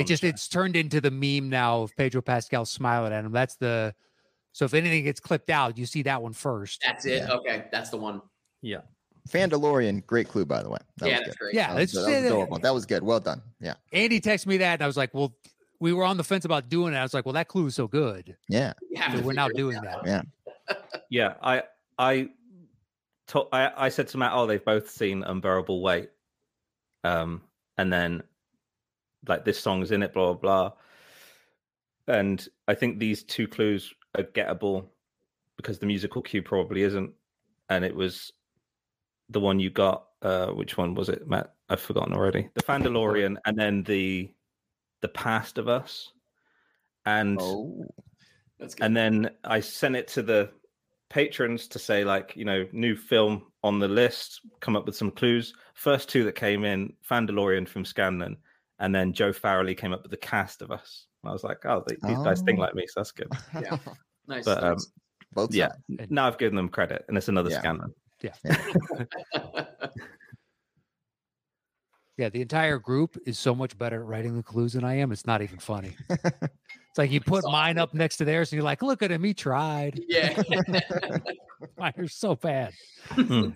B: It just
C: track.
B: it's turned into the meme now of Pedro Pascal smiling at him. That's the so if anything gets clipped out, you see that one first.
E: that's it.
D: Yeah.
E: Okay, that's the one.
D: Fandalorian, great clue by the way. That
E: yeah,
D: was
E: that's
D: good.
E: great.
B: Yeah,
D: That was,
B: it's
D: good. That was adorable. That was good. Well done. Yeah.
B: Andy texted me that and I was like, Well, we were on the fence about doing it. I was like, well, that clue is so good.
D: Yeah.
E: You have
B: So
E: to
B: we're now
E: figure it
B: doing
E: out.
B: that.
C: Yeah, I I to- I I said to Matt, oh, they've both seen Unbearable Weight, um, and then like this song's in it, blah blah blah, and I think these two clues are gettable because the musical cue probably isn't, and it was the one you got. Uh, which one was it, Matt? I've forgotten already. The Fandalorian, and then the the Past of Us, and
D: Oh.
E: That's good.
C: and then I sent it to the patrons to say like you know new film on the list come up with some clues first two that came in Fandalorian from Scanlan and then Joe Farrelly came up with the cast of us I was like oh they, these guys think
D: Oh.
C: like me so that's good
E: Yeah. nice.
C: but um
D: Both
C: yeah
D: sides.
B: And-
C: now I've given them credit and it's another
D: Yeah.
C: Scanlan
B: Yeah, the entire group is so much better at writing the clues than I am. It's not even
D: <laughs>
B: funny. it's like you put
E: It's
B: mine up next to theirs, and you're like, look at him, he tried.
E: <laughs>
B: <laughs>
E: yeah.
B: Mine are so bad.
C: Hmm.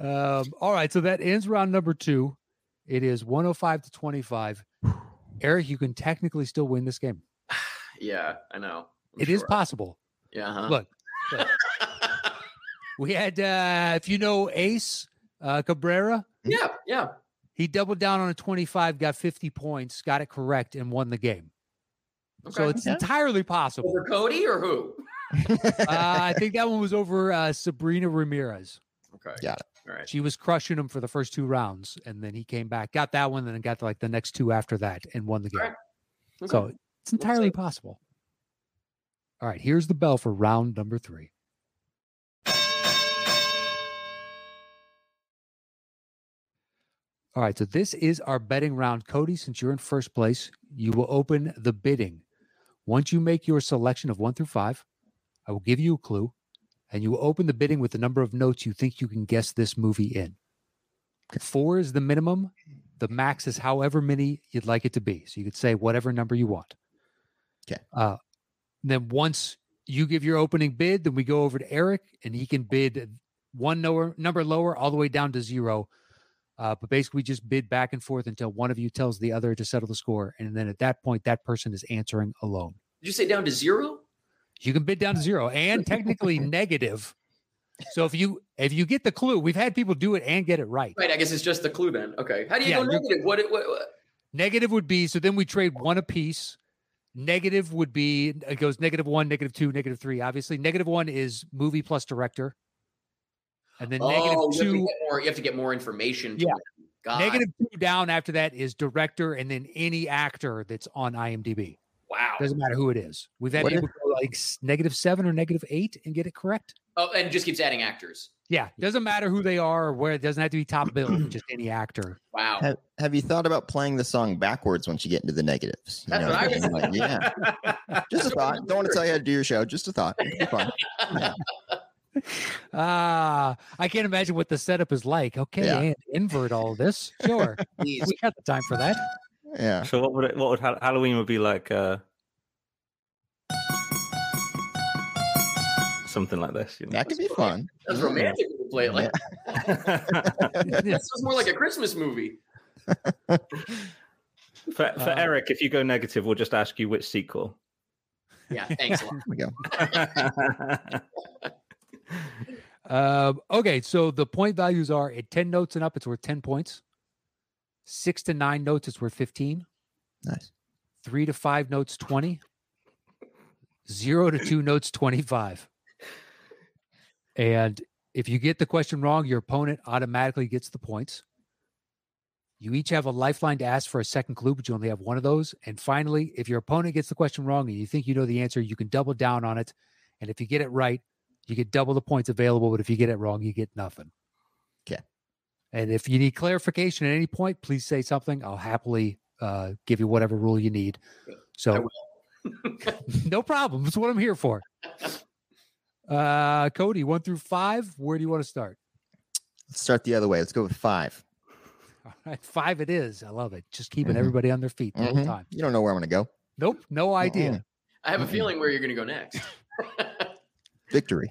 B: Um, all right, so that ends round number two. It is 105 to
E: <sighs>
B: 25. Eric, you can technically still win this game.
E: yeah, I know. I'm
B: It is
E: sure.
B: possible.
E: Yeah. uh-huh. Huh?
B: Look, we had, uh, if you know Ace uh, Cabrera,
E: yeah. Yeah.
B: he doubled down on a 25, got 50 points, got it correct, and won the game.
E: Okay.
B: So it's
D: Okay.
B: entirely possible.
E: over <laughs> Cody or who?
B: uh, I think that one was over uh, Sabrina Ramirez.
E: Okay.
D: Got
E: All right.
B: She was crushing him for the first two rounds, and then he came back, got that one, and then got like the next two after that, and won the game.
E: Alright. Okay.
B: So it's entirely
E: it.
B: possible. All right, here's the bell for round number three. All right, so this is our betting round. Cody, since you're in first place, you will open the bidding. Once you make your selection of one through five, I will give you a clue, and you will open the bidding with the number of notes you think you can guess this movie in. Four is the minimum, the max is however many you'd like it to be. So you could say whatever number you want.
D: 'Kay.
B: Uh, then once you give your opening bid, then we go over to Eric and he can bid one lower, number lower all the way down to zero. Uh, but basically, we just bid back and forth until one of you tells the other to settle the score. And then at that point, that person is answering alone.
E: Did you say down to zero?
B: You can bid down to zero and technically negative. So if you if you get the clue, we've had people do it and get it right.
E: Right. I guess it's just the clue then. Okay. How do you
B: Yeah,
E: go
B: you're-
E: negative? What, what, what?
B: Negative would be so then we trade one apiece. Negative would be it goes negative one, negative two, negative three. Obviously, negative one is movie plus director, and then negative
E: Oh, you have, to
B: two,
E: get more, you have to get more information. To
B: Yeah.
E: win. God.
B: negative two down after that is director, and then any actor that's on IMDb.
E: Wow.
B: Doesn't matter who it is. We've had
D: What if-
B: people go like s- negative seven or negative eight and get it correct.
E: Oh, and it just keeps adding actors.
B: Yeah, doesn't matter who they are or where. It doesn't have to be top billed, just any actor.
E: Wow.
D: Have, have you thought about playing the song backwards once you get into the negatives? You
E: That's what I was-
D: and like,
E: <laughs>
D: yeah. Just a thought. Don't want to tell you how to do your show. Just a thought. It's fine.
B: Ah, I can't imagine what the setup is like. Okay,
D: Yeah.
B: and invert all this. Sure.
E: Please.
B: we got the time for that.
D: Yeah.
E: <laughs>
C: so what would it, what would Ha- Halloween would be like uh something like this you know?
D: That could be fun.
E: That's
D: Yeah.
E: romantic to play it like.
B: Yes. <laughs>
E: <laughs> This was more like a Christmas movie.
C: <laughs> for, for
B: Uh,
C: Eric if you go negative we'll just ask you which sequel
E: Yeah, thanks a lot.
D: There we go.
B: Um, okay, so the point values are at 10 notes and up, it's worth 10 points. Six to nine notes, it's worth 15.
D: Nice.
B: Three to five notes, 20. Zero to two notes, 25. And if you get the question wrong, your opponent automatically gets the points. You each have a lifeline to ask for a second clue, but you only have one of those. And finally, if your opponent gets the question wrong and you think you know the answer, you can double down on it. And if you get it right, you get double the points available, but if you get it wrong, you get nothing.
D: 'Kay.
B: And if you need clarification at any point, please say something. I'll happily uh, give you whatever rule you need. So, <laughs> no problem. That's what I'm here for. Uh, Cody, one through five. Where do you want to start? <laughs>
D: Let's start the other way. Let's go with five.
B: All right, five it is. I love it. Just keeping
D: Mhm.
B: everybody on their feet the whole
D: Mhm.
B: time.
D: You don't know where I'm going to go.
B: Nope, no idea.
E: I have
B: <laughs>
E: a
D: Mhm.
E: feeling where you're going to go next. <laughs>
D: Victory.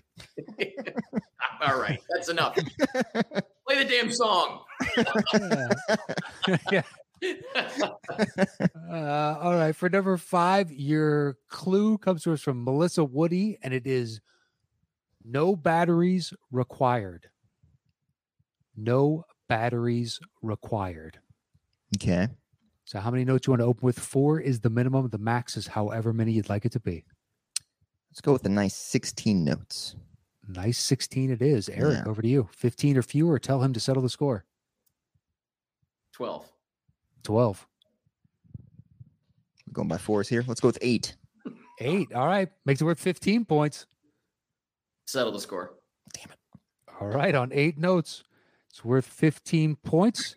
E: All right,
B: <laughs>
E: <laughs> that's enough. Play the damn song.
B: <laughs> Yeah. Yeah. Uh, all right. For number five, your clue comes to us from Melissa Woody, and it is no batteries required. No batteries required.
D: Okay.
B: So, how many notes you want to open with? Four is the minimum. The max is however many you'd like it to be.
D: Let's go with a nice 16 notes.
B: Nice 16 it is. Eric,
D: Yeah.
B: over to you. 15 or fewer. Tell him to settle the score.
E: 12.
B: 12.
D: We're going by fours here. Let's go with eight.
B: Eight. All right. Makes it worth 15 points.
E: Settle the score.
B: All right. On eight notes, it's worth 15 points.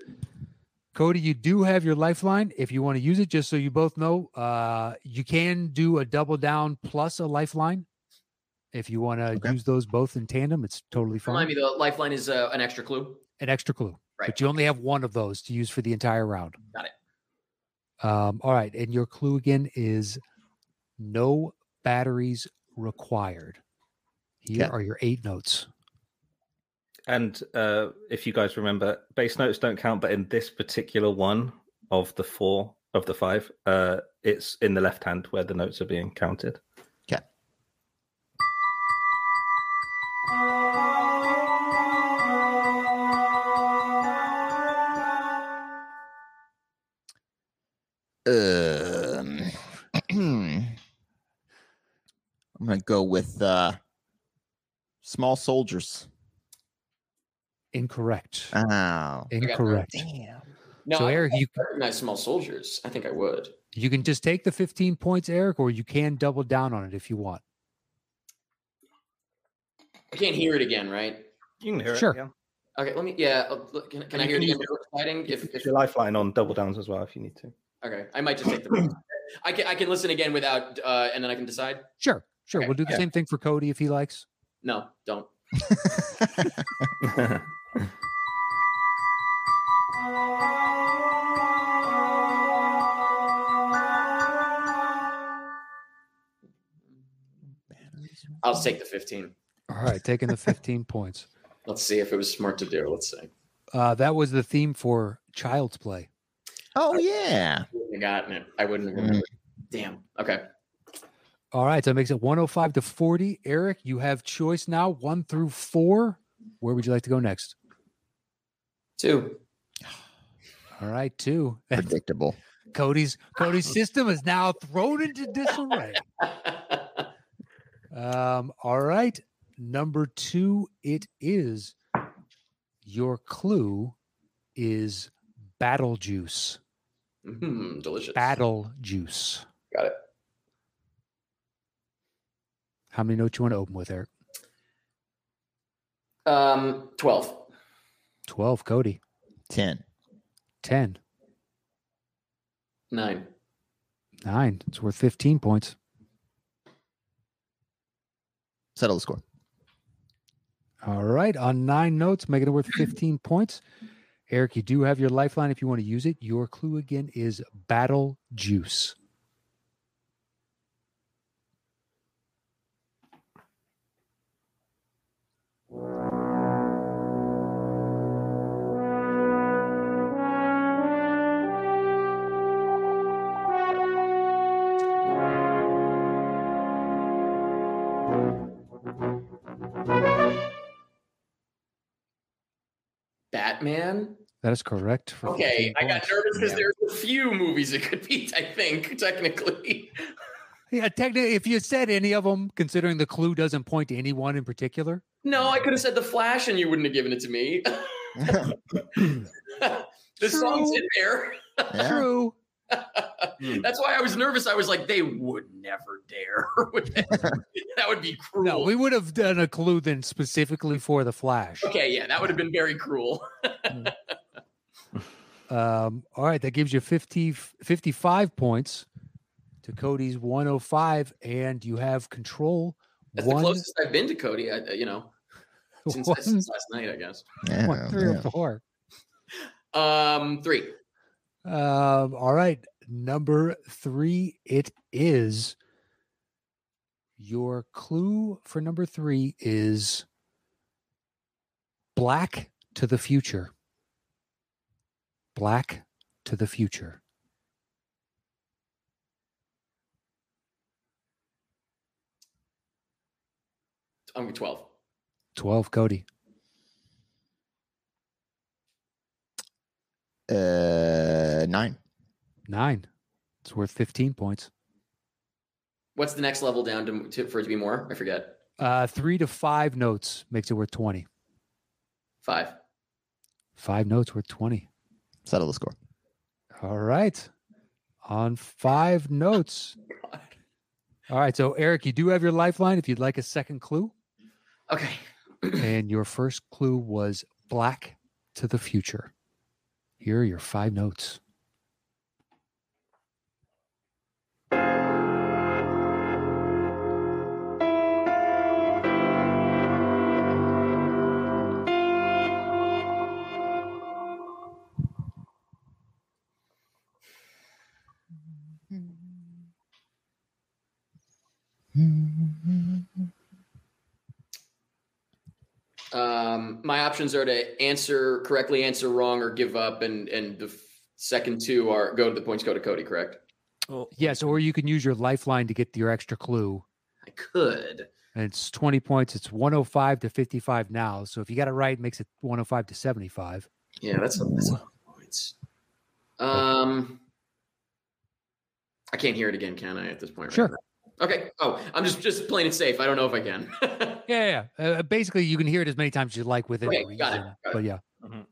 B: Cody, you do have your lifeline. If you want to use it, just so you both know, uh, you can do a double down plus a lifeline. If you want to
D: Okay.
B: use those both in tandem, it's totally fine.
E: Remind me, the lifeline is uh, an extra clue.
B: An extra clue.
E: Right.
B: But you only have one of those to use for the entire round.
E: Got
B: it. Um, all right. And your clue again is no batteries required. Here
D: Okay.
B: are your eight notes.
C: <laughs> And uh, if you guys remember, bass notes don't count, but in this particular one of the four of the five, uh, it's in the left hand where the notes are being counted.
D: Um, <clears throat> I'm going to go with uh, small soldiers.
B: Incorrect.
D: Oh,
E: got it.
B: Incorrect.
D: damn.
E: No,
B: so
E: I,
B: Eric, you
E: I recognize small soldiers. I think I would.
B: you can just take the 15 points, Eric, or you can double down on it if you want.
E: I can't hear it again, right?
C: You can hear
B: Sure.
C: it. Yeah.
E: Okay, let me. Yeah, uh, look, can, can I
C: You
E: hear
C: can
E: it
C: use
E: again? before deciding If,
C: It's
E: if,
C: your lifeline on double downs as well if you need to.
E: okay, I might just take the. I can I can listen again without, uh, and then I can decide.
B: Sure, sure.
E: Okay,
B: We'll do the
C: yeah.
B: same thing for Cody if he likes.
E: No, don't. I'll just take the fifteen.
B: All right, taking the 15 <laughs> points.
E: Let's see if it was smart to do. Let's see.
B: Uh, that was the theme for Child's Play.
D: Oh,
B: <laughs>
D: yeah.
E: I wouldn't have gotten it. I wouldn't have remembered. Damn. Okay.
B: All right, so that makes it 105 to 40. Eric, you have choice now, one through four. Where would you like to go next?
E: Two. <laughs>
B: All right, two. <laughs>
D: Predictable.
B: Cody's Cody's system is now thrown into disarray. Um, all right. Number two, it is your clue is battle juice.
E: mm, delicious.
B: Battle juice.
E: Got it.
B: How many notes you want to open with, Eric?
E: Um, twelve.
B: 12, Cody.
D: 10.
B: 10,
E: Nine.
B: 9. It's worth 15 points.
D: Settle the score. <laughs>
B: All right. On nine notes, making it worth
E: <clears throat>
B: 15 points. Eric, you do have your lifeline if you want to use it. Your clue again is battle juice.
E: Batman.
B: That is correct. for
E: Okay,
B: 15
E: I got
B: points.
E: nervous because there's a few movies it could be. I think technically. <laughs>
B: Yeah, technically, if you said any of them, considering the clue doesn't point to anyone in particular,
E: No, I could have said The Flash, and you wouldn't have given it to me. <laughs> the song's in there.
D: yeah.
B: true.
E: <laughs> That's why I was nervous. I was like, they would never dare. <laughs> Would
B: <laughs>
E: they? that would be cruel.
B: No, we would have done a clue then specifically for the Flash.
E: okay, yeah, that would have been very cruel.
B: Um, all right, that gives you 50, 55 points to Cody's 105, and you have control.
E: That's the
B: one,
E: closest I've been to Cody. I, uh, you know,
B: <laughs>
E: since,
B: one-
E: since last night, I guess.
D: Yeah,
B: one, three,
D: yeah.
B: or four.
E: Um, three.
B: Um, all right, number three, it is. Your clue for number three is black to the future. Black to the future?
E: I'm 12.
B: 12, Cody.
D: Uh, nine.
B: Nine. It's worth 15 points.
E: What's the next level down to, to for it to be more? I forget.
B: Uh, three to five notes makes it worth 20.
E: Five.
B: Five notes worth 20.
D: Settle the score.
B: All right. On five notes.
E: God.
B: All right. So, Eric, you do have your lifeline if you'd like a second clue.
E: Okay.
B: And your first clue was black to the future. Here are your five notes.
E: Um, my options are to answer correctly, answer wrong, or give up. And and the f- second two are go to the points, go to Cody. Correct.
B: Yes. Or you can use your lifeline to get your extra clue.
E: I could.
B: And it's 20 points. It's 105 to 55 now. So, if you got it right, it makes it 105 to 75.
E: Yeah, that's a, that's a lot of points. Um, I can't hear it again, can I? At this point, right
B: Sure.
E: now? Okay. Oh, I'm just just playing it safe. I don't know if I can. <laughs>
B: Yeah. yeah. Uh, basically, you can hear it as many times as you like within
E: Okay,
B: reason.
E: got it, got it.
B: But yeah.
C: Mhm.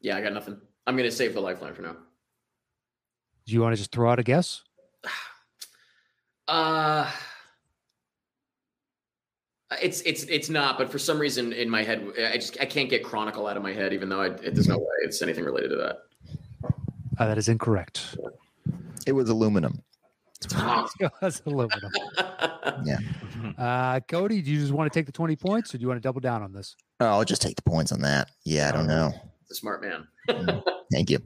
E: yeah, I got nothing. I'm gonna save the lifeline for now.
B: Do you want to just throw out a guess?
E: Uh it's it's it's not, but for some reason in my head, I just I can't get Chronicle out of my head, even though I, it, there's no way it's anything related to that.
B: Uh, that is incorrect.
D: It was aluminum.
E: <laughs> Ah.
B: <laughs> That's aluminum.
D: Yeah.
B: Uh, Cody, do you just want to take the 20 points or do you want to double down on this?
D: Oh, I'll just take the points on that. Yeah, I don't know.
E: the smart man.
D: Thank you.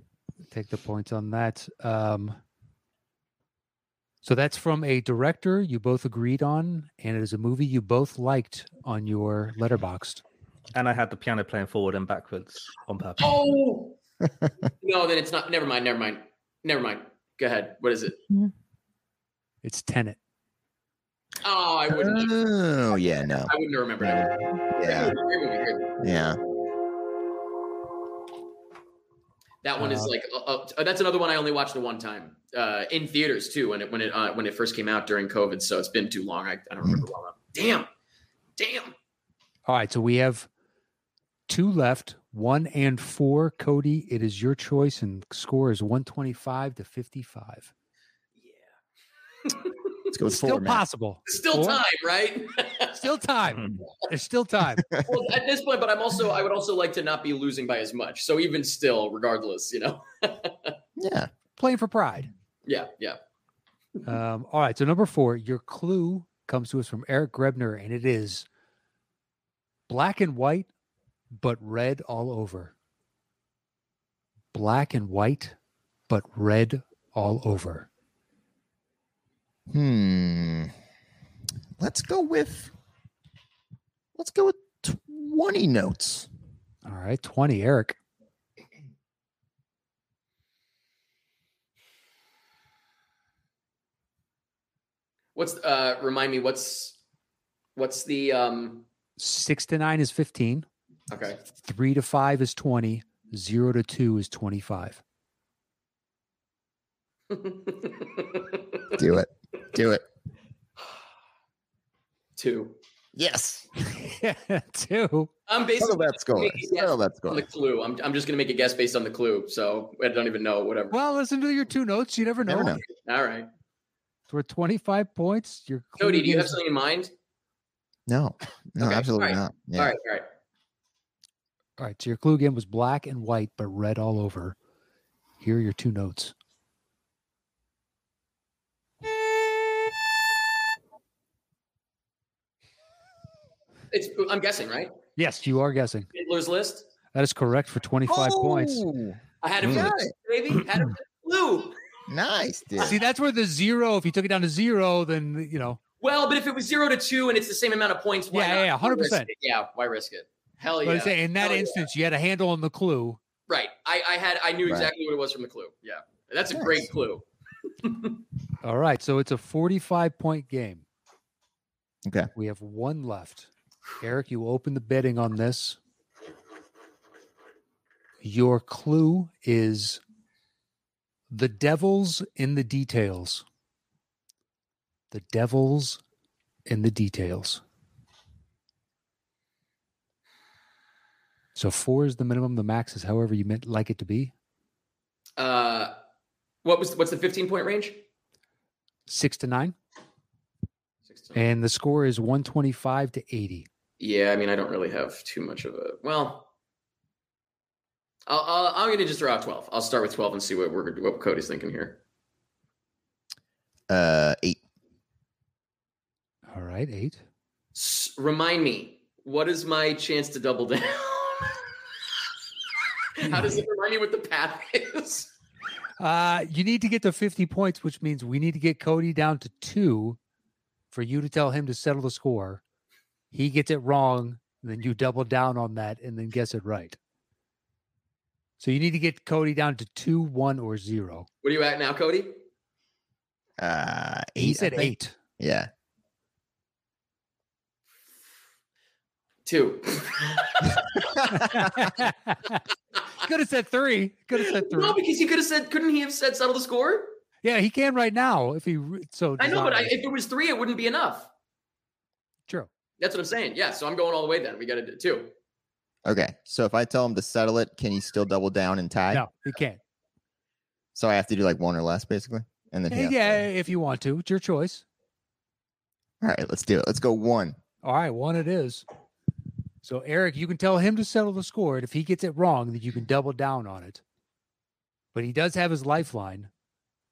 B: Take the points on that. Um, so that's from a director you both agreed on, and it is a movie you both liked on your letterboxed.
C: <laughs> And I had the piano playing forward and backwards on purpose.
E: Oh no, then it's not. Never mind. Never mind. Never mind. Go ahead. What is it?
B: It's Tenet.
E: Oh,
B: Uh,
E: I wouldn't. have-
D: Oh, yeah, no.
E: I wouldn't have remembered. I wouldn't-
D: Yeah,
E: Great movie, great movie.
D: yeah.
E: That one is
B: Uh,
E: like uh, uh, oh, that's another one I only watched the one time uh, in theaters too when it when it uh, when it first came out during COVID. So it's been too long. I, I don't remember well enough. Damn, damn.
B: All right, so we have two left, one and four. Cody, it is your choice, and score is 125 to 55.
D: Let's go with
B: Still
D: four, man.
B: possible.
E: Still
B: Four?
E: time, right?
B: Still time. There's still time.
E: well, at this point, but I'm also I would also like to not be losing by as much. So even still, regardless, you know. <laughs>
D: Yeah.
B: Playing for pride.
E: Yeah, yeah.
B: Um, all right. So number four, your clue comes to us from Eric Grebner, and it is black and white, but red all over. Black and white, but red all over.
D: Hmm. Let's go with. Let's go with twenty notes.
B: All right, twenty, Eric.
E: What's uh remind me what's what's the um
B: Six to nine is fifteen.
E: okay.
B: Three to five is twenty. Zero to two is twenty-five. <laughs>
D: Do it. Do it.
E: <laughs> Two.
D: Yes.
B: two.
E: I'm
D: Settle
E: basically
D: that score. Settle that
E: on
D: score.
E: the clue. I'm, I'm just gonna make a guess based on the clue. So I don't even know, whatever.
B: Well, listen to your two notes. You never know.
D: Never know.
E: All right.
B: So we're twenty-five points. Your clue
E: Cody, do you
B: again
E: have
B: is-
E: something in mind?
D: No. No,
E: Okay,
D: absolutely
E: all right,
D: not. Yeah.
E: All right, all right.
B: All right, so your clue again was black and white, but red all over. Here are your two notes.
E: It's I'm guessing, right?
B: Yes, you are guessing.
E: Fiddler's list.
B: That is correct for 25 points.
D: Oh,
E: I had him
B: Mm.
D: Got
E: for the baby. Had him for the flu.
D: Nice, dude.
B: Oh! See, that's where the zero. If you took it down to zero, then you know.
E: Well, but if it was zero to two and it's the same amount of points, why
B: Yeah,
E: not?
B: yeah, yeah,
E: Why risk
B: 100%.
E: it? Yeah, why risk it? Hell
B: But I
E: Oh, yeah.
B: say in that
E: Hell yeah.
B: instance, you had a handle on the clue.
E: Right. I, I had I knew
D: Right.
E: exactly what it was from the clue. Yeah. That's a
D: Nice.
E: great clue.
B: All right, so it's a forty-five point game.
D: Okay.
B: We have one left. Eric, you open the betting on this. Your clue is the devil's in the details. The devil's in the details. So four is the minimum. The max is however you meant like it to be.
E: Uh what was what's the 15 point range?
B: Six to nine,
E: 16.
B: and the score is one twenty-five to eighty.
E: Yeah, I mean, I don't really have too much of a. Well, I'll, I'll, I'm going to just throw out 12. I'll start with 12 and see what we're what Cody's thinking here.
D: Uh, eight.
B: All right, eight.
E: S- remind me, what is my chance to double <laughs> down? How does it remind me what the path is?
B: Uh, you need to get to 50 points, which means we need to get Cody down to two for you to tell him to settle the score. He gets it wrong, then you double down on that and then guess it right. So you need to get Cody down to two, one, or zero.
E: What are you at now, Cody?
D: Uh, eight.
B: He
D: I
B: said
D: think.
B: eight.
D: Yeah.
E: Two.
D: <laughs>
B: Could have said three. Could have said three.
E: no, because he could have said, couldn't he have said settle the score?
B: Yeah, he can right now if he re- so.
E: I know, but I,
B: desires.
E: if it was three, it wouldn't be enough.
B: true.
E: That's what I'm saying. Yeah, so I'm going all the way then. We got to do two.
D: Okay. So if I tell him to settle it, can he still double down and tie?
B: No, he can't.
D: So I have to do like one or less, basically. And then he
B: Yeah,
D: has to-
B: if you want to, it's your choice.
D: All right, let's do it. Let's go one.
B: All right, one it is. So Eric, you can tell him to settle the score, and if he gets it wrong, then you can double down on it. But he does have his lifeline.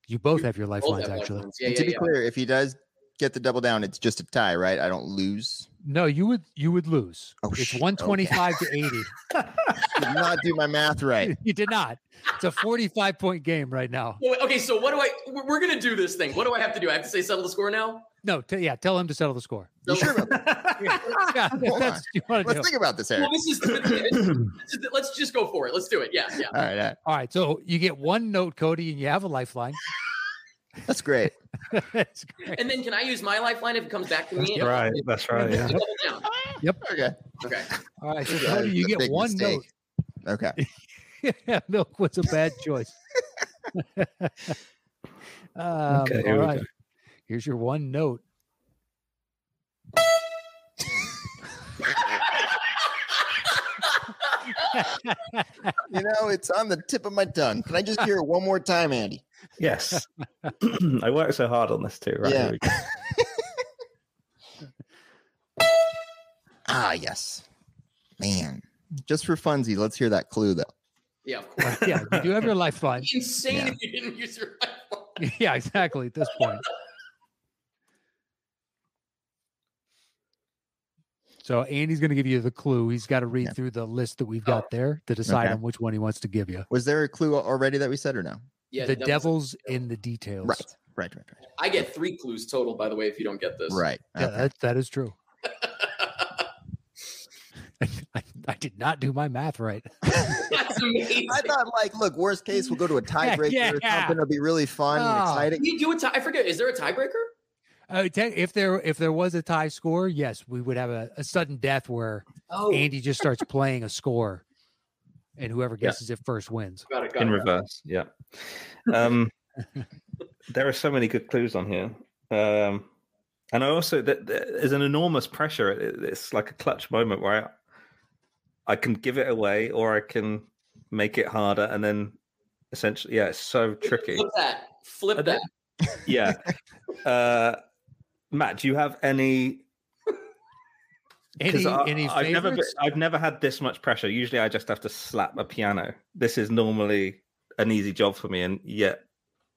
B: You both have your
E: Both
B: lifelines,
E: have
B: actually.
E: lifelines. Yeah,
D: and
E: yeah,
D: to be
E: yeah.
D: clear, if he does get the double down, it's just a tie, right? I don't lose.
B: No, you would you would lose.
D: Oh,
B: it's
D: shit. Okay.
B: one twenty five to
D: <laughs>
B: eighty.
D: Did not do my math right.
B: <laughs> You did not. It's a forty five point game right now.
E: Well, Okay, so what do I? we're- We're gonna do this thing. What do I have to do? I have to say settle the score now.
B: No, t- yeah, tell him to settle the
D: <laughs>
B: score.
D: You sure about that?
B: Yeah, yeah, <laughs>
D: Hold
B: if
D: on.
B: that's what you want to
D: Let's
B: do.
D: think about this, Eric.
E: Well, this is. this is the- let's just go for it. Let's do it. Yeah, yeah.
D: All right, uh, all right.
B: All right, so you get one note, Cody, and you have a lifeline. <laughs>
D: That's great.
B: That's great.
E: And then can I use my lifeline if it comes back to me?
C: Right, that's right. Yeah.
E: Double down.
D: Okay.
E: Okay.
B: All right, so
D: That
B: Cody,
D: is
B: you
D: a
B: get
D: uh, big
B: one
D: mistake.
B: note.
D: Okay.
B: <laughs> yeah, milk was a bad choice. <laughs> um,
C: Okay, here
B: all
C: we
B: right.
C: go.
B: Here's your one note.
D: You know, it's on the tip of my tongue. Can I just hear it one more time, Andy?
C: Yes. <clears throat> I worked so hard on this too. Right.
D: Yeah.
C: here we go.
D: Ah, yes. Man. Just for funsies, let's hear that clue though.
E: Yeah,
B: <laughs>
E: of course.
B: Yeah, you do have your lifeline.
E: It'd be insane
D: Yeah.
E: if you didn't use your lifeline.
B: <laughs> Yeah, exactly. At this point. So Andy's going to give you the clue. He's got to read
D: Yeah.
B: through the list that we've got there to decide
D: Okay.
B: on which one he wants to give you.
D: Was there a clue already that we said or no?
E: Yeah,
B: the
E: devil's-
B: devil's in the details.
D: Right. Right, right, right.
E: I get three clues total, by the way. If you don't get this,
D: Right.
B: Yeah,
D: Okay.
B: that, that is true. <laughs> I, I did not do my math right.
E: <laughs> That's amazing.
D: I thought, like, look, worst case, we'll go to a tiebreaker or
B: <laughs> yeah.
D: something. It'll be really fun and
B: Oh.
D: exciting.
E: Can you do a tie? I forget. Is there a tiebreaker?
B: Uh, te- if there if there was a tie score, yes, we would have a, a sudden death where
E: Oh,
B: Andy just starts playing a score, and whoever
C: Yeah.
B: guesses it first wins.
E: got it. Got
C: In
E: it.
C: reverse.
E: <laughs>
C: Yeah. Um, there are so many good clues on here. Um, and I also that there's an enormous pressure. It- It's like a clutch moment where I, I can give it away or I can make it harder, and then essentially, yeah, it's so
E: <laughs>
C: tricky.
E: Flip that. Flip
C: I
E: that.
C: don't- yeah. Uh, Matt, do you have any?
B: Any
C: I,
B: any
C: I've never been,
B: favorites?
C: I've never had this much pressure. Usually, I just have to slap a piano. This is normally an easy job for me, and yet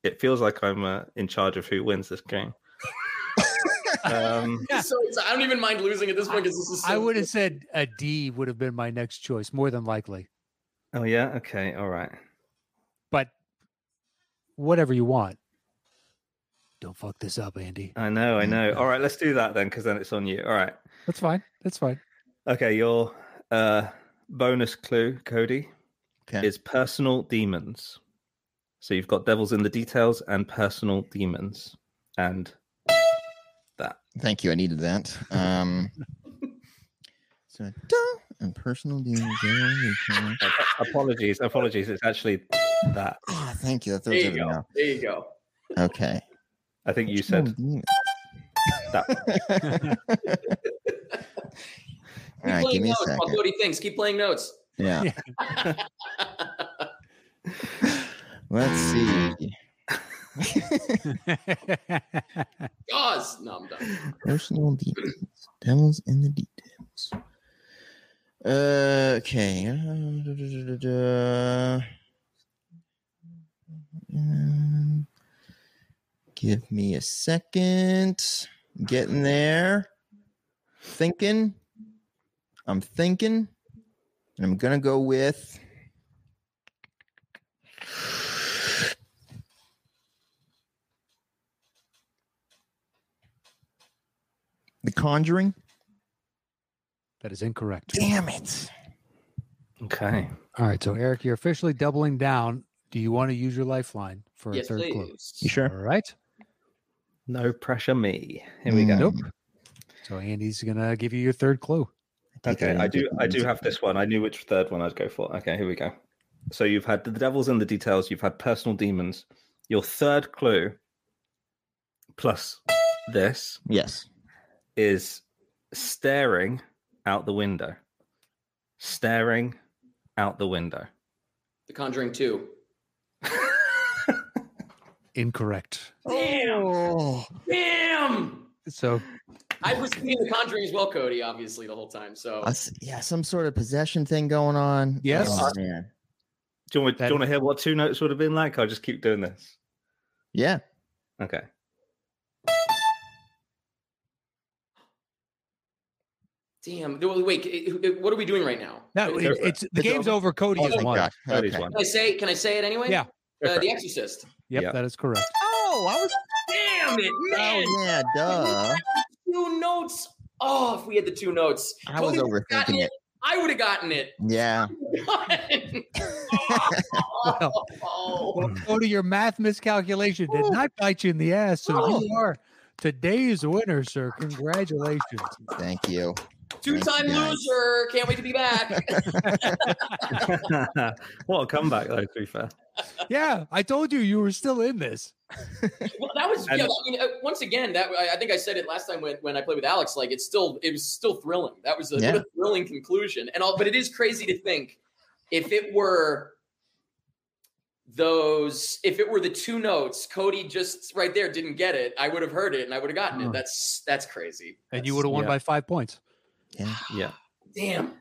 C: it feels like I'm uh, in charge of who wins this game.
B: <laughs>
C: um,
B: Yeah.
E: So it's, I don't even mind losing at this point because this is. So
B: I would
C: <laughs>
B: have said a D would have been my next choice, more than likely.
C: oh yeah, okay, all right.
B: but whatever you want. Don't fuck this up, Andy.
C: I know, I know. All right, let's do that then, because then it's on you. All right.
B: That's fine. That's <laughs> fine.
C: Okay, your uh, bonus clue, Cody,
D: Okay.
C: is personal demons. So you've got devils in the details and personal demons, and that.
D: Thank you. I needed that. Um, so, duh, and personal demons. yeah, you can-
C: Apologies, apologies. It's actually that.
D: Ah, thank you. That
E: There
D: throws
E: you
D: everything
E: go.
D: off.
E: There you go.
D: Okay.
C: I think you
D: Personal
C: said
D: demons.
C: that.
D: <laughs> All
E: Keep
D: right,
E: playing
D: give me a
E: notes while
D: second.
E: Cody thinks. Keep playing notes.
D: Yeah. Let's see.
E: Jaws. No, I'm done.
D: Personal details. Devils in the details. Uh, okay. Uh, da, da, da, da, da. Um, Give me a second. Getting there. Thinking. I'm thinking. And I'm going to go with. The Conjuring.
B: that is incorrect.
D: Damn it.
C: Okay.
B: All right. So, Eric, you're officially doubling down. Do you want to use your lifeline for
E: Yes,
B: a third clue?
D: You
E: please.
D: sure?
B: All right.
C: No pressure, me. Here we go.
D: Mm.
B: Nope. So, Andy's going to give you your third clue.
C: Okay, I do. I do have this one. I knew which third one I'd go for. Okay, here we go. So you've had the devils in the details. You've had personal demons. Your third clue, plus this,
D: Yes.
C: is staring out the window. Staring out the window. <laughs>
E: The Conjuring 2.
B: Incorrect.
E: Damn.
D: Oh.
E: Damn.
B: So,
E: I was thinking The Conjuring as well, Cody, obviously, the whole time. So
D: Us- yeah, some sort of possession thing going on.
B: Yes.
D: Oh, man.
C: Do you, want, do
B: That-
C: you want to hear what two notes would have been like? I'll just keep doing this.
D: Yeah.
C: Okay.
E: damn. No, Wait, it- it- what are we doing right now?
B: no,
E: Can
B: it, it's the
D: It's
B: game's over. Cody
D: Oh
B: is
D: my
B: one.
D: gosh.
C: That is
D: Okay.
C: one.
E: I say? Can I say it anyway?
B: Yeah.
C: Go
E: Uh,
C: for
E: the Exorcist.
B: Yep,
C: Yeah.
B: That is correct.
D: Oh, I was.
E: Damn it, man.
D: Oh, yeah, duh.
E: Two notes. Oh, if we had the two notes,
D: I was
E: Cody would've gotten
D: overthinking it.
E: I would have gotten it. <laughs>
D: Yeah.
B: Well, Cody, your math miscalculation did not bite you in the ass. So,
D: Oh.
B: you are today's winner, sir. Congratulations.
D: Thank you.
E: Two time
D: Thank you, guys.
E: loser. Can't wait to be back.
C: <laughs> what a comeback, though. To be fair.
B: Yeah. I told you you were still in this.
E: well, that was
C: And-
E: yeah, I mean, uh, once again that I, I think I said it last time when, when I played with Alex. Like it's still it was still thrilling. That was a, what
D: Yeah.
E: a <laughs> thrilling conclusion. And all, but it is crazy to think if it were those if it were the two notes Cody just right there didn't get it I would have heard it and I would have gotten
B: Huh.
E: it that's that's crazy
B: And you would have won
C: Yeah.
B: by five
D: <laughs>
B: points.
C: Yeah.
E: damn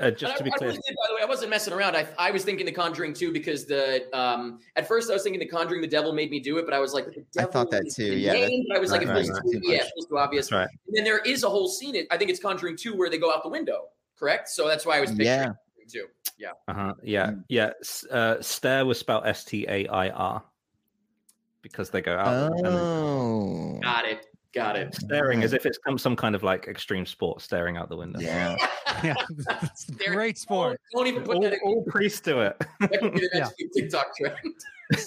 C: Uh, just to
E: And
C: be
E: I, I
C: clear,
E: really did, by the way, I wasn't messing around. I, I was thinking The Conjuring too because the um at first I was thinking The Conjuring, the devil made me do it, but I was like, the
D: I
E: devil
D: thought that
E: is
D: too,
E: the
D: yeah, that-
E: name, but I was like,
C: right,
E: it feels
C: right,
E: too,
D: too
E: yeah,
D: much.
E: it feels too obvious.
C: that's right.
E: And then there is a whole scene. I think it's Conjuring two where they go out the window, correct? So that's why I was picturing
D: Yeah.
E: Conjuring two.
C: <laughs> Uh-huh. Yeah.
D: Hmm.
C: Yeah. S- Uh, stare was spelled S T A I R because they go out. and then
D: Oh.
E: Got it, got it.
C: staring as if it's some, some kind of like extreme sport, staring out the window.
D: Yeah.
B: Yeah. Great
E: Don't,
B: sport.
E: don't even put
C: All,
E: that
D: Oh,
E: in.
C: all priests do it. <laughs>
E: That could be the
D: <laughs>
E: next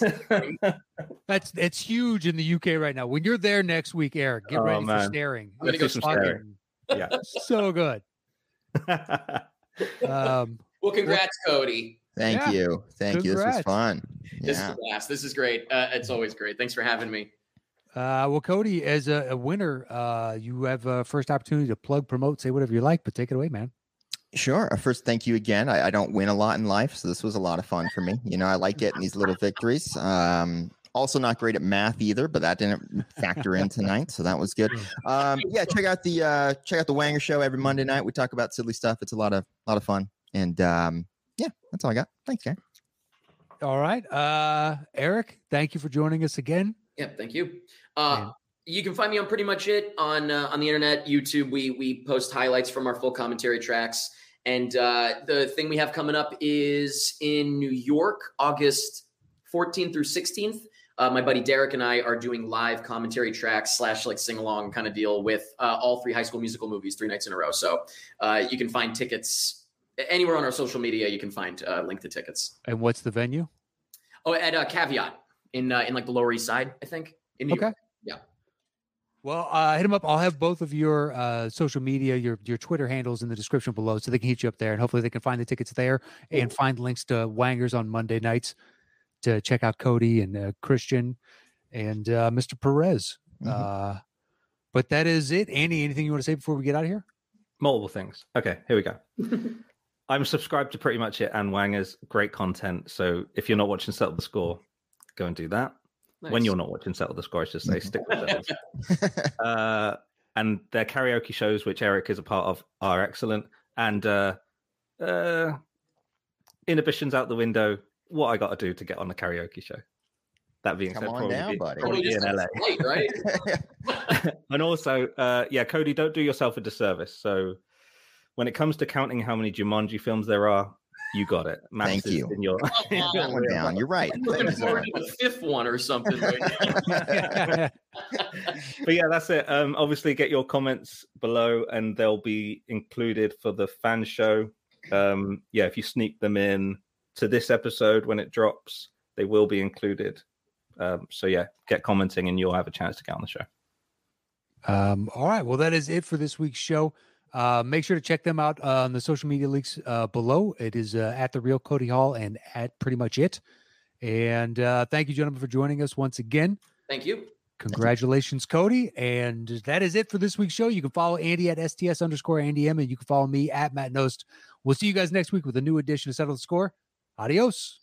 E: <laughs> TikTok trend.
B: That's it's huge in the UK right now. When you're there next week, Eric, get
C: Oh,
B: ready for
C: man.
B: staring.
E: I'm gonna
B: It's
C: go
B: fucking
C: staring. Yeah.
B: <laughs> So good. Um,
E: Well, congrats, Cody.
D: Thank
B: Yeah.
D: you. Thank you. This was
B: Congrats.
D: fun.
E: This
D: Yeah.
E: is a blast. This is great. Uh, it's always great. Thanks for having me.
B: uh, well, Cody, as a, a winner, uh, you have a first opportunity to plug, promote, say whatever you like, but take it away, man.
D: Sure. Uh, First, thank you again. I, I don't win a lot in life, so this was a lot of fun for me. You know, I like getting these little victories. Um, also, not great at math either, but that didn't factor in tonight, so that was good. <laughs> Um, yeah, check out the uh, check out the Wanger Show every Monday night. We talk about silly stuff. It's a lot of lot of fun, and um, yeah, that's all I got. Thanks, guys.
B: All right. Uh, Eric, thank you for joining us again.
E: Yeah, thank you. Uh, you can find me on pretty much it on uh, on the internet, YouTube. We we post highlights from our full commentary tracks, and uh, the thing we have coming up is in New York, August 14th through 16th. Uh, my buddy Derek and I are doing live commentary tracks slash like sing along kind of deal with uh, all three High School Musical movies three nights in a row. So uh, you can find tickets anywhere on our social media. You can find uh, link to tickets.
B: And what's the venue?
E: Oh, at uh, Caveat in uh, in like the Lower East Side, I think. In New
B: Okay.
E: York.
B: Well, uh, hit them up. I'll have both of your uh, social media, your your Twitter handles in the description below, so they can hit you up there, and hopefully they can find the tickets there and find links to Wangers on Monday nights to check out Cody and uh, Christian and uh, Mr. Perez.
D: Mhm.
B: Uh, but that is it. Andy, anything you want to say before we get out of here?
C: Multiple things. Okay, here we go.
E: <laughs>
C: I'm subscribed to pretty much it and Wangers. Great content. So if you're not watching Settle the Score, go and do that. When
E: Nice.
C: you're not watching Settle the Score, I should say,
D: Mm-hmm.
C: stick with it.
D: <laughs>
C: uh, and their karaoke shows, which Eric is a part of, are excellent. And uh, uh, inhibitions out the window. What I got to do to get on the karaoke show? That being
D: Come
C: said,
D: on
C: probably,
D: down,
C: be-
D: buddy.
E: Well,
C: probably
E: you
C: be in
E: just-
C: LA.
E: Right, right?
C: And also, uh, yeah, Cody, don't do yourself a disservice. So, when it comes to counting how many Jumanji films there are, you got it. Maths
D: Thank
C: is
D: you.
C: In your <laughs>
D: that one down. You're right.
E: I'm looking forward to the fifth one or something. Right now.
B: <laughs>
C: but yeah, that's it. Um, obviously, get your comments below, and they'll be included for the fan show. Um, yeah, if you sneak them in to this episode when it drops, they will be included. Um, so yeah, get commenting, and you'll have a chance to get on the show.
B: Um, all right. Well, that is it for this week's show. Uh, make sure to check them out uh, on the social media links uh, below. It is uh, at the real Cody Hall and at pretty much it. And uh, thank you, gentlemen, for joining us once again.
E: Thank you.
B: Congratulations, Cody. And that is it for this week's show. You can follow Andy at STS underscore Andy M, and you can follow me at Matt Nost. We'll see you guys next week with a new edition of Settle the Score. Adios.